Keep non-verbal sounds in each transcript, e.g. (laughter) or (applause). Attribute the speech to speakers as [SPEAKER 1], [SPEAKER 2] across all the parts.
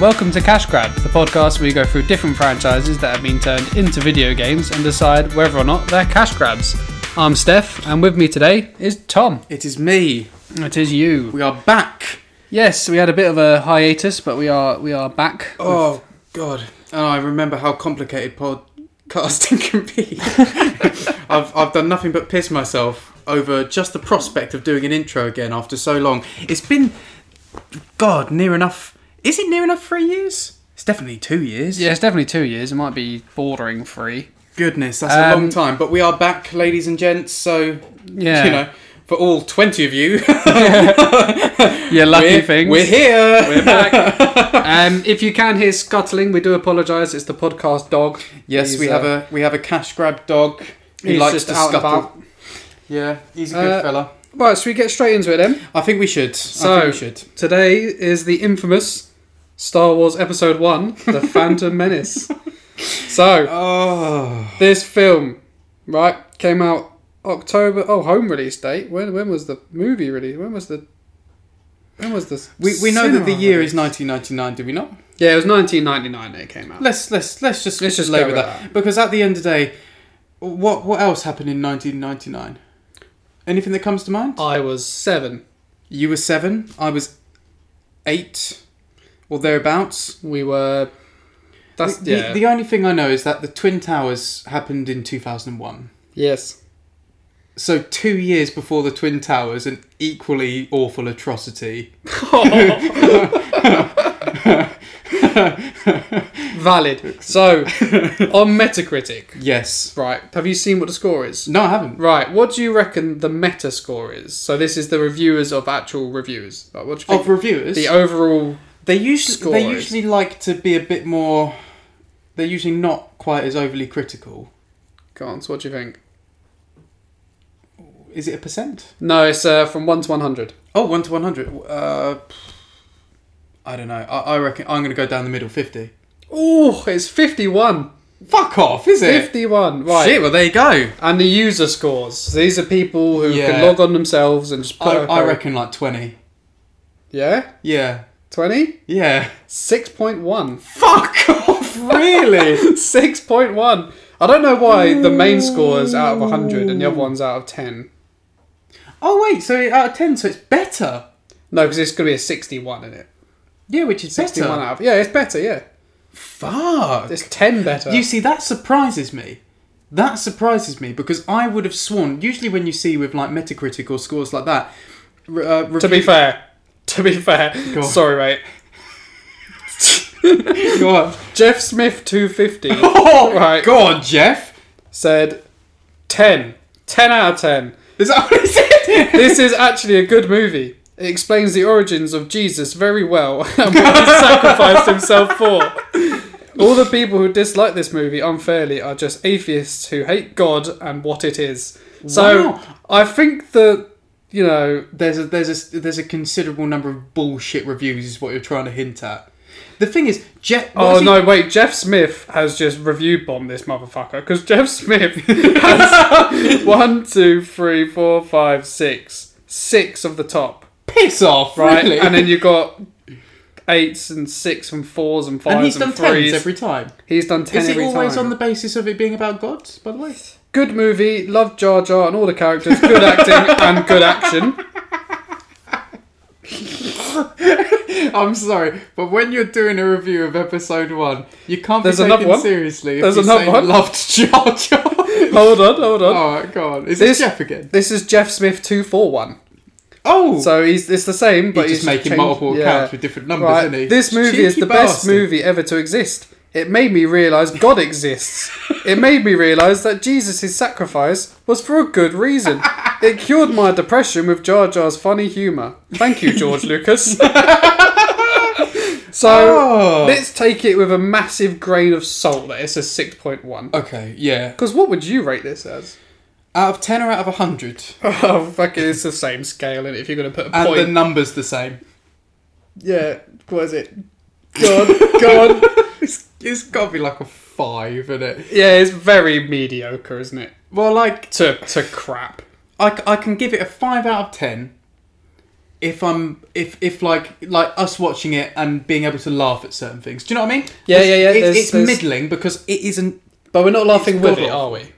[SPEAKER 1] Welcome to Cash Grab, the podcast where we go through different franchises that have been turned into video games and decide whether or not they're cash grabs. I'm Steph, and with me today is Tom.
[SPEAKER 2] It is me.
[SPEAKER 1] It is you.
[SPEAKER 2] We are back.
[SPEAKER 1] Yes, we had a bit of a hiatus, but we are we are back.
[SPEAKER 2] Oh God! Oh, I remember how complicated podcasting (laughs) can
[SPEAKER 1] (laughs)
[SPEAKER 2] be. I've I've done nothing but piss myself over just the prospect of doing an intro again after so long. It's been, God, near enough. Is it near enough three years? It's definitely two years.
[SPEAKER 1] Yeah, it's definitely two years. It might be bordering three.
[SPEAKER 2] Goodness, that's a
[SPEAKER 1] Um,
[SPEAKER 2] long time. But we are back, ladies and gents. So
[SPEAKER 1] Yeah.
[SPEAKER 2] you know, for all twenty of you,
[SPEAKER 1] Yeah, lucky
[SPEAKER 2] we're,
[SPEAKER 1] things.
[SPEAKER 2] we're here.
[SPEAKER 1] We're (laughs) back. um, if you can hear scuttling, we do apologise. It's the podcast dog.
[SPEAKER 2] Yes,
[SPEAKER 1] He's,
[SPEAKER 2] we
[SPEAKER 1] uh,
[SPEAKER 2] have a we have a cash grab dog. He
[SPEAKER 1] He's
[SPEAKER 2] likes
[SPEAKER 1] just
[SPEAKER 2] to
[SPEAKER 1] out and
[SPEAKER 2] scuttle.
[SPEAKER 1] about.
[SPEAKER 2] Yeah, he's a
[SPEAKER 1] Uh,
[SPEAKER 2] good fella.
[SPEAKER 1] Right, so we get straight into it then.
[SPEAKER 2] I think we should.
[SPEAKER 1] So-
[SPEAKER 2] I think we should.
[SPEAKER 1] Today is the infamous Star Wars Episode 1,
[SPEAKER 2] (laughs)
[SPEAKER 1] The Phantom Menace. So,
[SPEAKER 2] Oh,
[SPEAKER 1] this film, right, came out October. Oh, home release date. When when was the movie released? When was the. When was the.
[SPEAKER 2] we, we know that the
[SPEAKER 1] cinema
[SPEAKER 2] year
[SPEAKER 1] release?
[SPEAKER 2] is 1999, do we not?
[SPEAKER 1] Yeah, it was 1999 that it came out.
[SPEAKER 2] Let's let's let's just
[SPEAKER 1] Let's just
[SPEAKER 2] lay
[SPEAKER 1] go
[SPEAKER 2] with
[SPEAKER 1] with
[SPEAKER 2] that. because at the end of the day, what what else happened in 1999? Anything that comes to mind?
[SPEAKER 1] I was seven.
[SPEAKER 2] You were seven. I was eight, or thereabouts.
[SPEAKER 1] We were. That's.
[SPEAKER 2] the,
[SPEAKER 1] yeah.
[SPEAKER 2] the, the only thing I know is that the Twin Towers happened in 2001. (laughs)
[SPEAKER 1] yes.
[SPEAKER 2] So two years before the Twin Towers, an equally awful atrocity. (laughs)
[SPEAKER 1] Valid. So, on Metacritic,
[SPEAKER 2] Yes.
[SPEAKER 1] right, have you seen what the score is?
[SPEAKER 2] No, I haven't.
[SPEAKER 1] Right, what do you reckon the meta score is? So this is the reviewers of actual reviews. Like, what do you
[SPEAKER 2] Of
[SPEAKER 1] think
[SPEAKER 2] reviewers,
[SPEAKER 1] the overall?
[SPEAKER 2] They usually
[SPEAKER 1] score
[SPEAKER 2] they
[SPEAKER 1] is.
[SPEAKER 2] usually like to be a bit more. They're usually not quite as overly critical.
[SPEAKER 1] Cons, what do you think?
[SPEAKER 2] Is it a percent?
[SPEAKER 1] No, it's uh, from one to one hundred.
[SPEAKER 2] Oh, one to one hundred. Uh, I don't know. I, I reckon I'm going to go down the middle, fifty.
[SPEAKER 1] Oh, it's fifty-one.
[SPEAKER 2] Fuck off, is it?
[SPEAKER 1] Fifty-one. Right.
[SPEAKER 2] Shit. Well, there you go.
[SPEAKER 1] And the user scores. So these are people who can
[SPEAKER 2] Yeah.
[SPEAKER 1] log on themselves and just put.
[SPEAKER 2] I,
[SPEAKER 1] a
[SPEAKER 2] I
[SPEAKER 1] code.
[SPEAKER 2] reckon like twenty.
[SPEAKER 1] Yeah.
[SPEAKER 2] Yeah.
[SPEAKER 1] Twenty.
[SPEAKER 2] (laughs) Yeah.
[SPEAKER 1] Six point one.
[SPEAKER 2] Fuck off.
[SPEAKER 1] (laughs)
[SPEAKER 2] Really?
[SPEAKER 1] Six point one. I don't know why the main score is out of hundred and the other one's out of ten.
[SPEAKER 2] oh wait. So out of ten, so it's better.
[SPEAKER 1] No, because it's gonna be a sixty-one in it.
[SPEAKER 2] Yeah, which is better.
[SPEAKER 1] Sixty-one out of yeah, it's better. Yeah,
[SPEAKER 2] Fuck.
[SPEAKER 1] it's ten better.
[SPEAKER 2] You see, that surprises me. That surprises me because I would have sworn. Usually, when you see with like Metacritic or scores like that, re- uh,
[SPEAKER 1] To be fair, to be fair,
[SPEAKER 2] on.
[SPEAKER 1] sorry, mate.
[SPEAKER 2] God,
[SPEAKER 1] Jeff Smith 250
[SPEAKER 2] (laughs) oh,
[SPEAKER 1] Right.
[SPEAKER 2] go on, Jeff.
[SPEAKER 1] said 10. 10 out of 10.
[SPEAKER 2] Is that what he said? (laughs)
[SPEAKER 1] This is actually a good movie. It explains the origins of Jesus very well (laughs) and what
[SPEAKER 2] (laughs)
[SPEAKER 1] he sacrificed himself for. All the people who dislike this movie unfairly are just atheists who hate God and what it is. So
[SPEAKER 2] Wow.
[SPEAKER 1] I think that, you know,
[SPEAKER 2] There's a there's a there's a considerable number of bullshit reviews is what you're trying to hint at. The thing is, Jeff. what
[SPEAKER 1] Oh
[SPEAKER 2] was he-
[SPEAKER 1] no! Wait, Jeff Smith has just review bombed this motherfucker because Jeff
[SPEAKER 2] (laughs)
[SPEAKER 1] Smith has one, two, three, four, five, six, six of the top,
[SPEAKER 2] Piss off,
[SPEAKER 1] right?
[SPEAKER 2] Really?
[SPEAKER 1] And then you got eights and six and fours and fives
[SPEAKER 2] And
[SPEAKER 1] and,
[SPEAKER 2] he's done
[SPEAKER 1] threes.
[SPEAKER 2] tens every time.
[SPEAKER 1] he's done ten
[SPEAKER 2] Is it
[SPEAKER 1] every
[SPEAKER 2] always
[SPEAKER 1] time.
[SPEAKER 2] on the basis of it being about God? By the way,
[SPEAKER 1] Good movie, love Jar Jar and all the characters, good acting and good action.
[SPEAKER 2] I'm sorry, but when you're doing a review of episode one, you can't
[SPEAKER 1] There's
[SPEAKER 2] be
[SPEAKER 1] another
[SPEAKER 2] taken
[SPEAKER 1] one.
[SPEAKER 2] seriously. if
[SPEAKER 1] There's
[SPEAKER 2] you
[SPEAKER 1] another
[SPEAKER 2] say
[SPEAKER 1] one.
[SPEAKER 2] Loved Jar Jar.
[SPEAKER 1] (laughs) Hold on, hold on.
[SPEAKER 2] oh, go on. Is
[SPEAKER 1] This-
[SPEAKER 2] this Jeff again?
[SPEAKER 1] This is Jeff Smith two four one.
[SPEAKER 2] Oh, so
[SPEAKER 1] So he's it's the same, but
[SPEAKER 2] he's just making
[SPEAKER 1] changed-
[SPEAKER 2] multiple
[SPEAKER 1] yeah.
[SPEAKER 2] accounts with different numbers,
[SPEAKER 1] Right,
[SPEAKER 2] isn't he?
[SPEAKER 1] This movie is
[SPEAKER 2] Cheeky
[SPEAKER 1] the best
[SPEAKER 2] bastard.
[SPEAKER 1] movie ever to exist. It made me realise God exists. It made me realise that Jesus' sacrifice was for a good reason. It cured my depression with Jar Jar's funny humour. Thank you, George
[SPEAKER 2] (laughs)
[SPEAKER 1] Lucas. so
[SPEAKER 2] Oh.
[SPEAKER 1] let's take it with a massive grain of salt that it's a 6.1.
[SPEAKER 2] Okay, yeah.
[SPEAKER 1] Because what would you rate this
[SPEAKER 2] (laughs)
[SPEAKER 1] as?
[SPEAKER 2] Out of ten or out of hundred,
[SPEAKER 1] Oh, fucking, it's the same scale, and if you're going to put a
[SPEAKER 2] and
[SPEAKER 1] point.
[SPEAKER 2] the numbers the same. (laughs)
[SPEAKER 1] Yeah, what is it? God, God.
[SPEAKER 2] It's, it's got to be like a five, isn't it?
[SPEAKER 1] (laughs) Yeah, it's very mediocre, isn't it?
[SPEAKER 2] Well, like
[SPEAKER 1] To to crap.
[SPEAKER 2] I, c- I can give it a five out of ten if I'm if if like like us watching it and being able to laugh at certain things. Do you know what I mean?
[SPEAKER 1] Yeah,
[SPEAKER 2] It's-
[SPEAKER 1] yeah, yeah,
[SPEAKER 2] It's,
[SPEAKER 1] there's-
[SPEAKER 2] it's
[SPEAKER 1] there's-
[SPEAKER 2] middling because it isn't.
[SPEAKER 1] But we're not laughing
[SPEAKER 2] It's
[SPEAKER 1] with
[SPEAKER 2] god
[SPEAKER 1] it, are
[SPEAKER 2] awful.
[SPEAKER 1] we?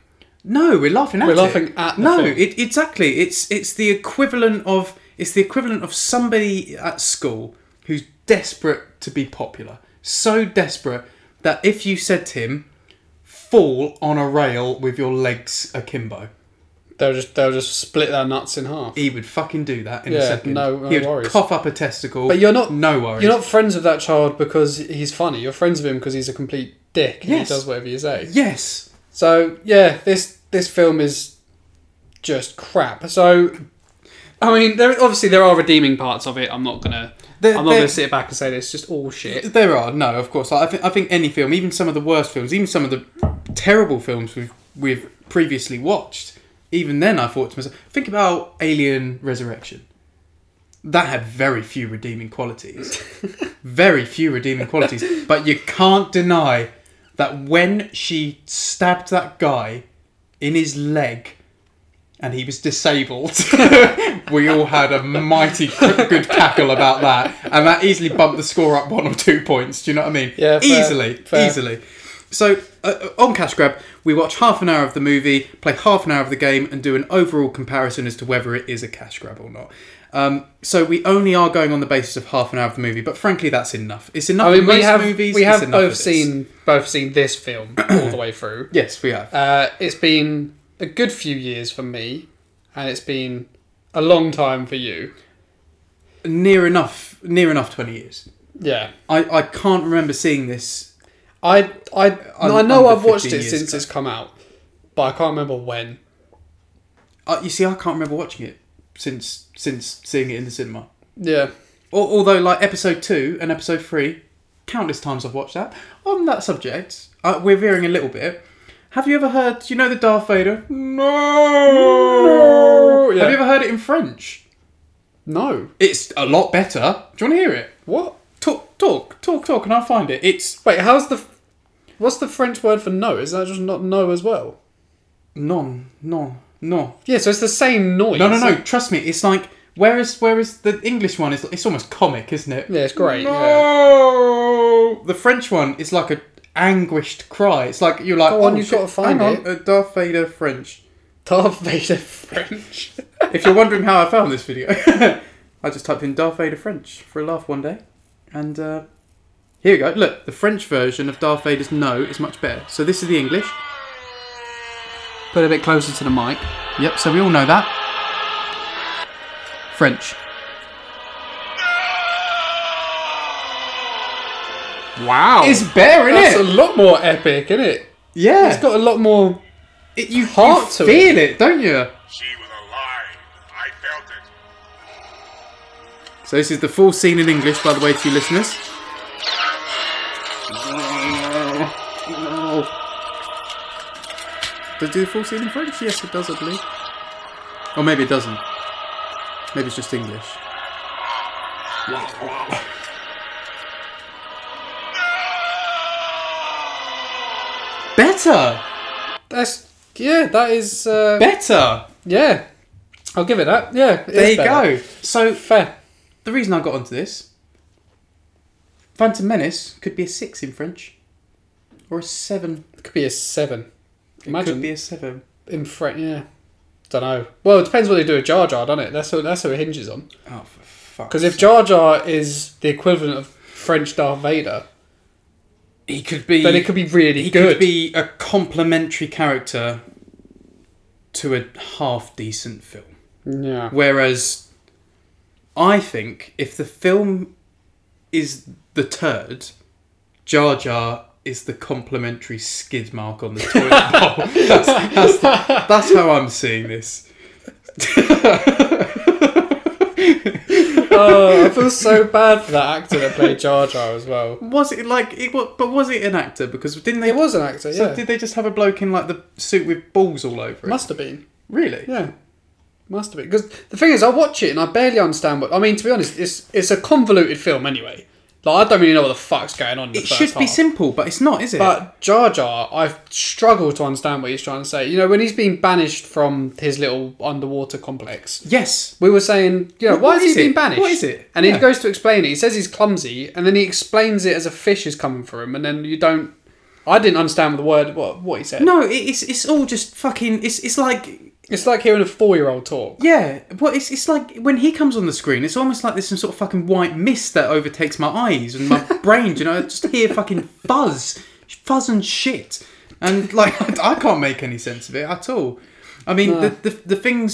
[SPEAKER 2] No, we're laughing at
[SPEAKER 1] We're
[SPEAKER 2] it.
[SPEAKER 1] laughing at the
[SPEAKER 2] no,
[SPEAKER 1] film.
[SPEAKER 2] it, exactly. It's it's the equivalent of it's the equivalent of somebody at school who's desperate to be popular, so desperate that if you said to him, "Fall on a rail with your legs akimbo,"
[SPEAKER 1] They'll just they'll just split their nuts in half.
[SPEAKER 2] he would fucking do that in a
[SPEAKER 1] Yeah,
[SPEAKER 2] second.
[SPEAKER 1] no- no
[SPEAKER 2] he would
[SPEAKER 1] worries.
[SPEAKER 2] cough up a testicle.
[SPEAKER 1] But you're not-
[SPEAKER 2] No worries.
[SPEAKER 1] You're not friends with that child because he's funny. You're friends with him because he's a complete dick and
[SPEAKER 2] Yes.
[SPEAKER 1] he does whatever you say.
[SPEAKER 2] Yes.
[SPEAKER 1] So yeah, this this film is just crap. So I mean, there obviously there are redeeming parts of it. I'm not gonna
[SPEAKER 2] There-
[SPEAKER 1] I'm not
[SPEAKER 2] there-
[SPEAKER 1] gonna sit back and say that it's just all shit.
[SPEAKER 2] There are no, of course. I think I think any film, even some of the worst films, even some of the terrible films we've we've previously watched, even then I thought to myself, think about Alien Resurrection. That had very few redeeming qualities. very few redeeming qualities. But you can't deny that when she stabbed that guy in his leg and he was disabled, (laughs) we all had a mighty good cackle about that. And that easily bumped the score up one or two points. Do you know what I mean?
[SPEAKER 1] Yeah, fair,
[SPEAKER 2] easily.
[SPEAKER 1] fair.
[SPEAKER 2] Easily. So uh, on Cash Grab, we watch half an hour of the movie, play half an hour of the game, and do an overall comparison as to whether it is a cash grab or not. Um, so we only are going on the basis of half an hour of the movie, but frankly, that's enough. It's enough.
[SPEAKER 1] I
[SPEAKER 2] of
[SPEAKER 1] mean, we
[SPEAKER 2] most
[SPEAKER 1] have
[SPEAKER 2] movies,
[SPEAKER 1] we
[SPEAKER 2] it's
[SPEAKER 1] have
[SPEAKER 2] enough of
[SPEAKER 1] both
[SPEAKER 2] this.
[SPEAKER 1] seen both seen this film
[SPEAKER 2] (clears throat)
[SPEAKER 1] all the way through.
[SPEAKER 2] Yes, we have.
[SPEAKER 1] Uh, it's been a good few years for me, and it's been a long time for you.
[SPEAKER 2] Near enough. Near enough. Twenty years.
[SPEAKER 1] Yeah,
[SPEAKER 2] I, I can't remember seeing this.
[SPEAKER 1] I I i know
[SPEAKER 2] under
[SPEAKER 1] I've watched
[SPEAKER 2] 15
[SPEAKER 1] it
[SPEAKER 2] years
[SPEAKER 1] since
[SPEAKER 2] ago.
[SPEAKER 1] it's come out, but I can't remember when.
[SPEAKER 2] Uh, you see, I can't remember watching it since since seeing it in the cinema.
[SPEAKER 1] Yeah,
[SPEAKER 2] Al- Although, like episode two and episode three, countless times I've watched that. On that subject, uh, we're veering a little bit. Have you ever heard? You know the Darth Vader? No.
[SPEAKER 1] Yeah.
[SPEAKER 2] Have you ever heard it in French?
[SPEAKER 1] no.
[SPEAKER 2] It's a lot better. Do you want to hear it?
[SPEAKER 1] What?
[SPEAKER 2] Talk, talk, talk, talk, and I'll find it. It's
[SPEAKER 1] Wait, how's the what's the French word for no? Is that just not no as well?
[SPEAKER 2] non, non, non.
[SPEAKER 1] Yeah, so it's the same noise.
[SPEAKER 2] No, no, no. Trust me. It's like where is where is the English one? Is it's almost comic, isn't it?
[SPEAKER 1] Yeah, it's great. Yeah.
[SPEAKER 2] No. The French one is like a anguished cry. It's like you're like,
[SPEAKER 1] Go on,
[SPEAKER 2] oh,
[SPEAKER 1] you've
[SPEAKER 2] shit,
[SPEAKER 1] gotta find
[SPEAKER 2] hang
[SPEAKER 1] it.
[SPEAKER 2] On, uh, Darth Vader French.
[SPEAKER 1] Darth Vader (laughs) French.
[SPEAKER 2] If you're wondering how I found this video, (laughs) I just typed in Darth Vader French for a laugh one day, and uh, here we go. Look, the French version of Darth Vader's "No" is much better. So this is the English.
[SPEAKER 1] Put a bit closer to the mic.
[SPEAKER 2] Yep. So we all know that French.
[SPEAKER 1] Wow,
[SPEAKER 2] It's bare,
[SPEAKER 1] that's
[SPEAKER 2] isn't
[SPEAKER 1] a
[SPEAKER 2] it?
[SPEAKER 1] lot more epic, isn't it?
[SPEAKER 2] Yeah.
[SPEAKER 1] It's got a lot more.
[SPEAKER 2] It- you
[SPEAKER 1] heart
[SPEAKER 2] you
[SPEAKER 1] to it.
[SPEAKER 2] feel it. don't you?
[SPEAKER 3] She was alive. I felt it.
[SPEAKER 2] So this is the full scene in English, by the way, to you listeners. Does it do the full scene in French? Yes, it does, I believe. Or maybe it doesn't. Maybe it's just English. Better,
[SPEAKER 1] That's yeah. That is uh,
[SPEAKER 2] better.
[SPEAKER 1] yeah. I'll give it that. Yeah. it
[SPEAKER 2] There
[SPEAKER 1] is
[SPEAKER 2] you
[SPEAKER 1] better.
[SPEAKER 2] go. So
[SPEAKER 1] Fair.
[SPEAKER 2] The reason I got onto this Phantom Menace could be a six in French. Or a seven.
[SPEAKER 1] It could be a seven.
[SPEAKER 2] It
[SPEAKER 1] Imagine
[SPEAKER 2] could be a seven.
[SPEAKER 1] in French. Yeah. Don't know. Well, it depends what they do with Jar Jar, doesn't it? That's what that's what it hinges on.
[SPEAKER 2] Oh, for fuck.
[SPEAKER 1] Because if Jar Jar is the equivalent of French Darth Vader,
[SPEAKER 2] he could be.
[SPEAKER 1] then it could be really
[SPEAKER 2] He
[SPEAKER 1] good.
[SPEAKER 2] could be a complementary character to a half decent film.
[SPEAKER 1] yeah.
[SPEAKER 2] Whereas I think if the film is the turd, Jar Jar is the complimentary skid mark on the toilet bowl.
[SPEAKER 1] (laughs)
[SPEAKER 2] That's, that's, that's how I'm seeing this.
[SPEAKER 1] oh, I feel so
[SPEAKER 2] (laughs)
[SPEAKER 1] bad for that actor that played Jar Jar as well.
[SPEAKER 2] Was it like it? wa- But was it an actor? Because didn't they?
[SPEAKER 1] It was an actor.
[SPEAKER 2] So
[SPEAKER 1] Yeah.
[SPEAKER 2] did they just have a bloke in like the suit with balls all over it?
[SPEAKER 1] Must have been.
[SPEAKER 2] really?
[SPEAKER 1] Yeah. Must have been. Because the thing is, I watch it and I barely understand what. I mean, to be honest, it's it's a convoluted film anyway. Like, I don't really know what the fuck's going on. In the
[SPEAKER 2] It
[SPEAKER 1] first
[SPEAKER 2] should be
[SPEAKER 1] half.
[SPEAKER 2] simple, but it's not, is it?
[SPEAKER 1] But Jar Jar, I've struggled to understand what he's trying to say. You know, when he's being banished from his little underwater complex,
[SPEAKER 2] yes.
[SPEAKER 1] we were saying, you know,
[SPEAKER 2] What-
[SPEAKER 1] why
[SPEAKER 2] what
[SPEAKER 1] is he
[SPEAKER 2] is it?
[SPEAKER 1] being banished?
[SPEAKER 2] What is it?
[SPEAKER 1] And
[SPEAKER 2] Yeah.
[SPEAKER 1] he goes to explain it. He says he's clumsy, and then he explains it as a fish is coming for him, and then you don't. I didn't understand the word what what he said.
[SPEAKER 2] No, it, it's it's all just fucking. It's it's like
[SPEAKER 1] It's like hearing a four year old talk.
[SPEAKER 2] yeah. Well, it's it's like when he comes on the screen, it's almost like there's some sort of fucking white mist that overtakes my eyes and
[SPEAKER 1] (laughs)
[SPEAKER 2] my brain. do You know, I just hear fucking fuzz, fuzz and shit, and like (laughs) I, can't make any sense of it at all. I mean, the, the the things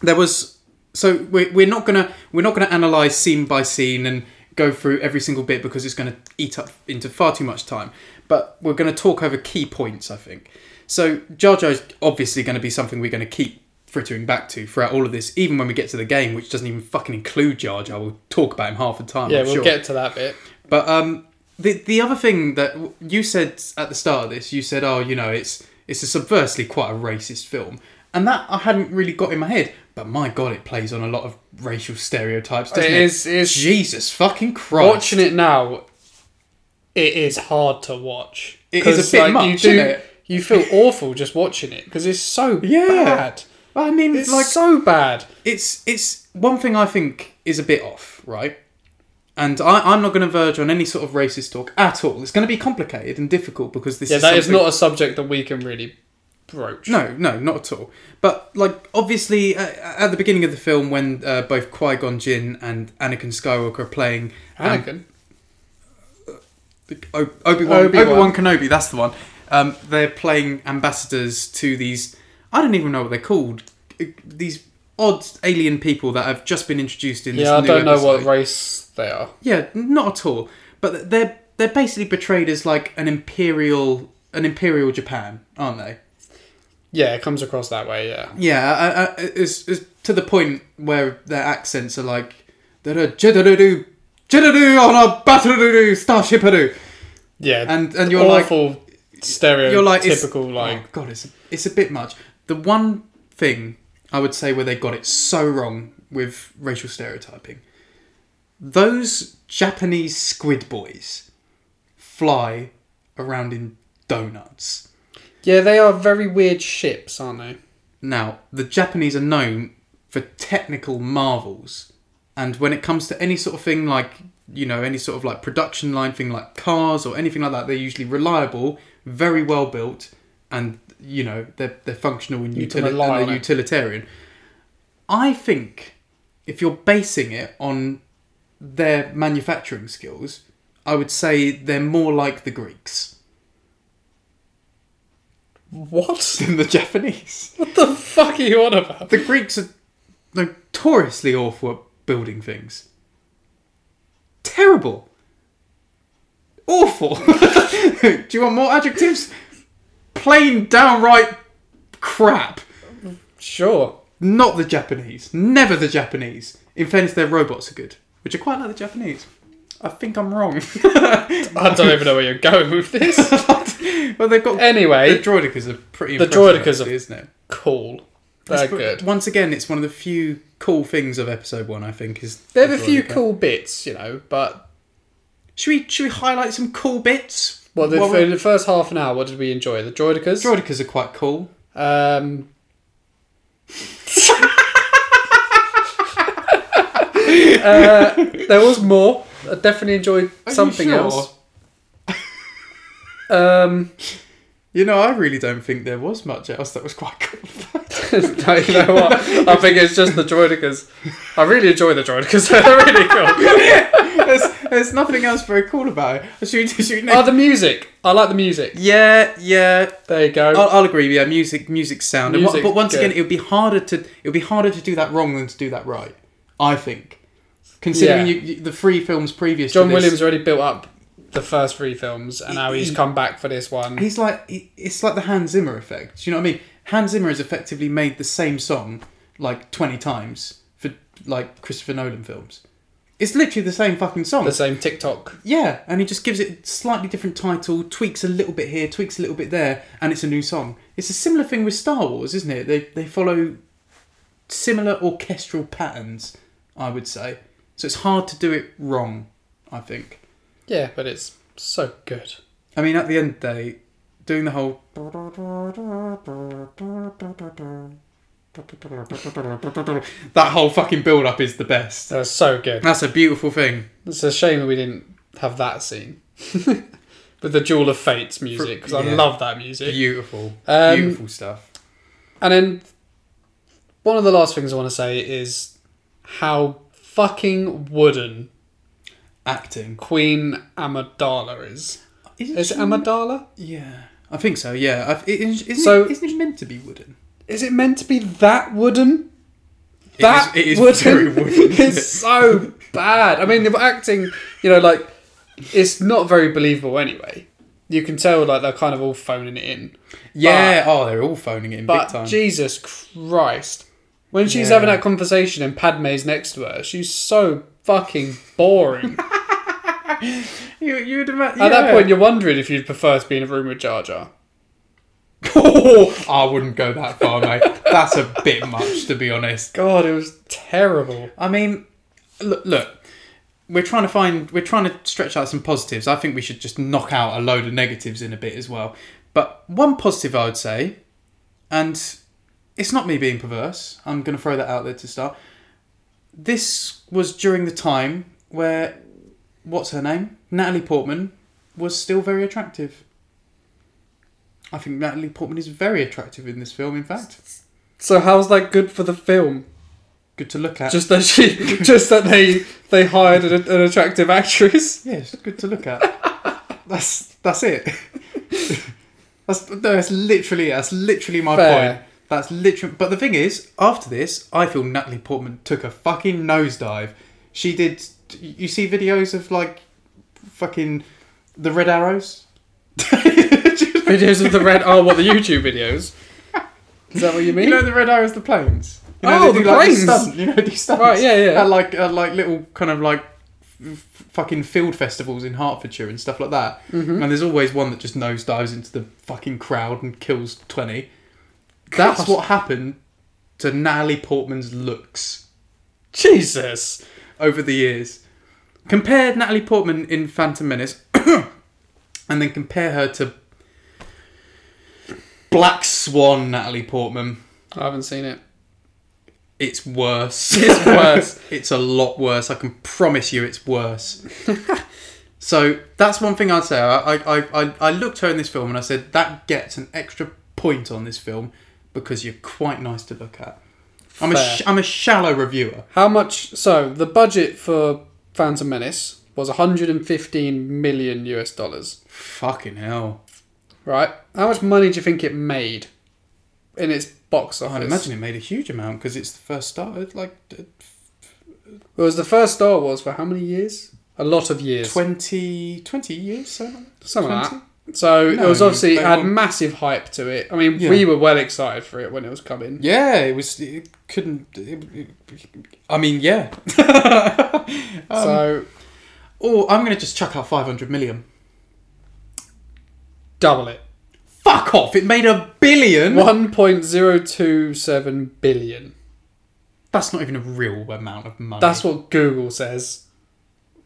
[SPEAKER 2] there was. So we're, we're not gonna we're not gonna analyze scene by scene and go through every single bit because it's gonna eat up into far too much time. But we're gonna talk over key points, I think. So Jar Jar is obviously gonna be something we're gonna keep frittering back to throughout all of this, even when we get to the game, which doesn't even fucking include Jar Jar. We'll talk about him half the time.
[SPEAKER 1] yeah,
[SPEAKER 2] I'm
[SPEAKER 1] we'll
[SPEAKER 2] sure.
[SPEAKER 1] get to that bit.
[SPEAKER 2] But um, the the other thing that w- you said at the start of this, you said, "Oh, you know, it's it's a subversely quite a racist film," and that I hadn't really got in my head. But my god, it plays on a lot of racial stereotypes. Doesn't it,
[SPEAKER 1] It is- it is-
[SPEAKER 2] Jesus fucking Christ.
[SPEAKER 1] Watching it now, it is hard to watch.
[SPEAKER 2] It is a
[SPEAKER 1] 'Cause,
[SPEAKER 2] bit much,
[SPEAKER 1] you
[SPEAKER 2] isn't it?
[SPEAKER 1] You feel awful just watching it because it's so
[SPEAKER 2] (laughs) Yeah.
[SPEAKER 1] bad.
[SPEAKER 2] I mean,
[SPEAKER 1] It's
[SPEAKER 2] like
[SPEAKER 1] so bad.
[SPEAKER 2] it's it's one thing I think is a bit off, right? And I, I'm not going to verge on any sort of racist talk at all. It's going to be complicated and difficult because this
[SPEAKER 1] Yeah,
[SPEAKER 2] is
[SPEAKER 1] that is
[SPEAKER 2] something-
[SPEAKER 1] not a subject that we can really broach.
[SPEAKER 2] No, no, not at all. But like, obviously, uh, at the beginning of the film, when uh, both Qui Gon Jinn and Anakin Skywalker are playing um,
[SPEAKER 1] Anakin.
[SPEAKER 2] Obi Wan
[SPEAKER 1] Obi-Wan.
[SPEAKER 2] Obi Wan Kenobi, that's the one. Um, they're playing ambassadors to these. I don't even know what they're called. uh, These odd alien people that have just been introduced in this.
[SPEAKER 1] yeah, I
[SPEAKER 2] new
[SPEAKER 1] don't know
[SPEAKER 2] episode.
[SPEAKER 1] what race they are.
[SPEAKER 2] Yeah, not at all. But they're they're basically portrayed as like an imperial an imperial Japan, aren't they?
[SPEAKER 1] Yeah, it comes across that way. Yeah,
[SPEAKER 2] Yeah, I, I, it's, it's to the point where their accents are like, "Da-da-jidda-doo-doo, jidda-doo on a battle-doo-doo, starship-a-doo."
[SPEAKER 1] yeah,
[SPEAKER 2] And- and you're like-
[SPEAKER 1] awful, stereotypical,
[SPEAKER 2] You're like, it's,
[SPEAKER 1] like
[SPEAKER 2] oh god, it's it's a bit much. The one thing I would say where they got it so wrong with racial stereotyping, those Japanese squid boys fly around in donuts.
[SPEAKER 1] yeah, they are very weird ships, aren't they?
[SPEAKER 2] Now, the Japanese are known for technical marvels, and when it comes to any sort of thing like, you know, any sort of like production line thing like cars or anything like that, they're usually reliable, very well built, and you know, they're, they're functional and,
[SPEAKER 1] You can
[SPEAKER 2] utili-
[SPEAKER 1] rely
[SPEAKER 2] and
[SPEAKER 1] on
[SPEAKER 2] they're
[SPEAKER 1] it.
[SPEAKER 2] utilitarian. I think if you're basing it on their manufacturing skills, I would say they're more like the Greeks (laughs)
[SPEAKER 1] What?
[SPEAKER 2] than the Japanese.
[SPEAKER 1] what (laughs) the fuck are you on about?
[SPEAKER 2] The Greeks are notoriously awful at building things. Terrible. Awful. (laughs) Do you want more adjectives? Plain, downright crap.
[SPEAKER 1] Sure.
[SPEAKER 2] Not the Japanese. Never the Japanese. In fairness, their robots are good, which are quite like the Japanese. I think I'm wrong. (laughs)
[SPEAKER 1] I don't even know where you're going with this.
[SPEAKER 2] well, they've got
[SPEAKER 1] Anyway.
[SPEAKER 2] The droidicas are pretty.
[SPEAKER 1] The
[SPEAKER 2] impressive,
[SPEAKER 1] droidicas are-
[SPEAKER 2] actually, isn't it?
[SPEAKER 1] cool. They're
[SPEAKER 2] It's pr-
[SPEAKER 1] good.
[SPEAKER 2] Once again, it's one of the few cool things of episode one. I uh, think is
[SPEAKER 1] There
[SPEAKER 2] the
[SPEAKER 1] are a few
[SPEAKER 2] droidica.
[SPEAKER 1] cool bits, you know, but
[SPEAKER 2] Should we should we highlight some cool bits?
[SPEAKER 1] well, the,
[SPEAKER 2] What
[SPEAKER 1] for
[SPEAKER 2] were-
[SPEAKER 1] the first half an hour, what did we enjoy? The droidicas.
[SPEAKER 2] droidicas are quite cool. (laughs)
[SPEAKER 1] Um, uh, there was more. I definitely enjoyed something
[SPEAKER 2] sure?
[SPEAKER 1] else. Um, (laughs)
[SPEAKER 2] You know, I really don't think there was much else that was quite cool.
[SPEAKER 1] no, you know what? I think it's just the droidicas. I really enjoy the droidicas. (laughs) They're really cool.
[SPEAKER 2] (laughs) there's, there's nothing else very cool about it. Should we, should we
[SPEAKER 1] Oh, the music. I like the music.
[SPEAKER 2] yeah, yeah.
[SPEAKER 1] There you go.
[SPEAKER 2] I'll, I'll agree. Yeah, music, music, sound. And what-
[SPEAKER 1] Music's
[SPEAKER 2] but once again,
[SPEAKER 1] good.
[SPEAKER 2] it would be harder to it would be harder to do that wrong than to do that right. I think, considering
[SPEAKER 1] Yeah.
[SPEAKER 2] you, you, the three films previous.
[SPEAKER 1] John
[SPEAKER 2] to this,
[SPEAKER 1] Williams already built up the first three films, and now
[SPEAKER 2] (clears throat)
[SPEAKER 1] he's come back for this one.
[SPEAKER 2] He's like he- it's like the Hans Zimmer effect. Do you know what I mean? Hans Zimmer has effectively made the same song like twenty times for like Christopher Nolan films. It's literally the same fucking song.
[SPEAKER 1] The same TikTok.
[SPEAKER 2] yeah, and he just gives it a slightly different title, tweaks a little bit here, tweaks a little bit there, and it's a new song. It's a similar thing with Star Wars, isn't it? They they follow similar orchestral patterns, I would say. So it's hard to do it wrong, I think.
[SPEAKER 1] Yeah, but it's so good.
[SPEAKER 2] I mean, at the end of the day, doing the whole. That whole fucking build up is the best.
[SPEAKER 1] That was so good.
[SPEAKER 2] That's a beautiful thing.
[SPEAKER 1] It's a shame that we didn't have that scene (laughs) with the Jewel of Fates music because I
[SPEAKER 2] Yeah.
[SPEAKER 1] love that music.
[SPEAKER 2] Beautiful.
[SPEAKER 1] Um,
[SPEAKER 2] beautiful stuff.
[SPEAKER 1] And then one of the last things I want to say is how fucking wooden
[SPEAKER 2] Acting.
[SPEAKER 1] Queen Amidala is.
[SPEAKER 2] Isn't
[SPEAKER 1] Is it
[SPEAKER 2] she-
[SPEAKER 1] Amidala?
[SPEAKER 2] Yeah. I think so, yeah. I, is isn't,
[SPEAKER 1] So-
[SPEAKER 2] it, isn't it meant to be wooden?
[SPEAKER 1] Is it meant to be that wooden?
[SPEAKER 2] It is-
[SPEAKER 1] That
[SPEAKER 2] it is
[SPEAKER 1] wooden
[SPEAKER 2] very
[SPEAKER 1] (laughs)
[SPEAKER 2] wooden.
[SPEAKER 1] is so bad. I mean, the acting, you know, like it's not very believable anyway. You can tell, like they're kind of all phoning it in.
[SPEAKER 2] Yeah, oh, they're all phoning it in big
[SPEAKER 1] But
[SPEAKER 2] time.
[SPEAKER 1] Jesus Christ. When she's
[SPEAKER 2] Yeah.
[SPEAKER 1] having that conversation and Padme's next to her, she's so fucking
[SPEAKER 2] (laughs)
[SPEAKER 1] boring.
[SPEAKER 2] you, you'd imagine.
[SPEAKER 1] At that
[SPEAKER 2] (laughs)
[SPEAKER 1] point, you're wondering if you'd prefer to be in a room with Jar Jar.
[SPEAKER 2] Oh, I wouldn't go that far, mate. That's a bit much, to be honest.
[SPEAKER 1] God, it was terrible.
[SPEAKER 2] I mean, look, look, we're trying to find, we're trying to stretch out some positives. I think we should just knock out a load of negatives in a bit as well. But one positive I would say, and it's not me being perverse. I'm going to throw that out there to start. This was during the time where, what's her name? Natalie Portman was still very attractive. I think Natalie Portman is very attractive in this film. In fact,
[SPEAKER 1] So how's that good for the film?
[SPEAKER 2] good to look at.
[SPEAKER 1] Just that she, (laughs) just that they they hired an, an attractive actress.
[SPEAKER 2] Yeah, it's good to look at. (laughs) that's that's it. (laughs) that's no, that's literally that's literally my
[SPEAKER 1] Fair.
[SPEAKER 2] point. That's literally. But the thing is, after this, I feel Natalie Portman took a fucking nosedive. She did. You see videos of like fucking the red arrows. (laughs)
[SPEAKER 1] Videos of the red. Oh, what the YouTube videos? Is that what you mean?
[SPEAKER 2] You know the red arrows, the planes. You
[SPEAKER 1] Oh,
[SPEAKER 2] know, they
[SPEAKER 1] the
[SPEAKER 2] do, like,
[SPEAKER 1] planes.
[SPEAKER 2] stunt- you know these stunts.
[SPEAKER 1] Right, yeah, yeah.
[SPEAKER 2] At like at like little kind of like f- fucking field festivals in Hertfordshire and stuff like that.
[SPEAKER 1] Mm-hmm.
[SPEAKER 2] And there's always one that just nosedives into the fucking crowd and kills twenty. That's
[SPEAKER 1] God.
[SPEAKER 2] what happened to Natalie Portman's looks
[SPEAKER 1] Jesus.
[SPEAKER 2] over the years. Compare Natalie Portman in Phantom Menace, (coughs) and then compare her to Black Swan Natalie Portman.
[SPEAKER 1] I haven't seen it.
[SPEAKER 2] It's worse.
[SPEAKER 1] It's worse.
[SPEAKER 2] (laughs) it's a lot worse. I can promise you, it's (laughs) worse. so that's one thing I'd say. I, I, I, I looked her in this film and I said that gets an extra point on this film because you're quite nice to look at. I'm a
[SPEAKER 1] Fair.
[SPEAKER 2] sh- I'm a shallow reviewer.
[SPEAKER 1] How much? So the budget for Phantom Menace was 115 million US dollars.
[SPEAKER 2] Fucking hell!
[SPEAKER 1] Right. How much money do you think it made in its box
[SPEAKER 2] I
[SPEAKER 1] office?
[SPEAKER 2] imagine it made a huge amount because it's the first Star. It's like uh,
[SPEAKER 1] It was the first Star Wars for how many years? A lot of years.
[SPEAKER 2] 20, 20 years. So
[SPEAKER 1] Something like
[SPEAKER 2] 20?
[SPEAKER 1] that. So
[SPEAKER 2] No,
[SPEAKER 1] it was obviously it
[SPEAKER 2] they
[SPEAKER 1] had
[SPEAKER 2] won't-
[SPEAKER 1] massive hype to it. I mean,
[SPEAKER 2] Yeah.
[SPEAKER 1] we were well excited for it when it was coming.
[SPEAKER 2] yeah, it was. It couldn't. It, it, I mean, (laughs) yeah.
[SPEAKER 1] so
[SPEAKER 2] Oh, I'm gonna just chuck out 500 million.
[SPEAKER 1] double it.
[SPEAKER 2] Fuck off! It made a billion.
[SPEAKER 1] 1.027 billion.
[SPEAKER 2] That's not even a real amount of money.
[SPEAKER 1] That's what Google says.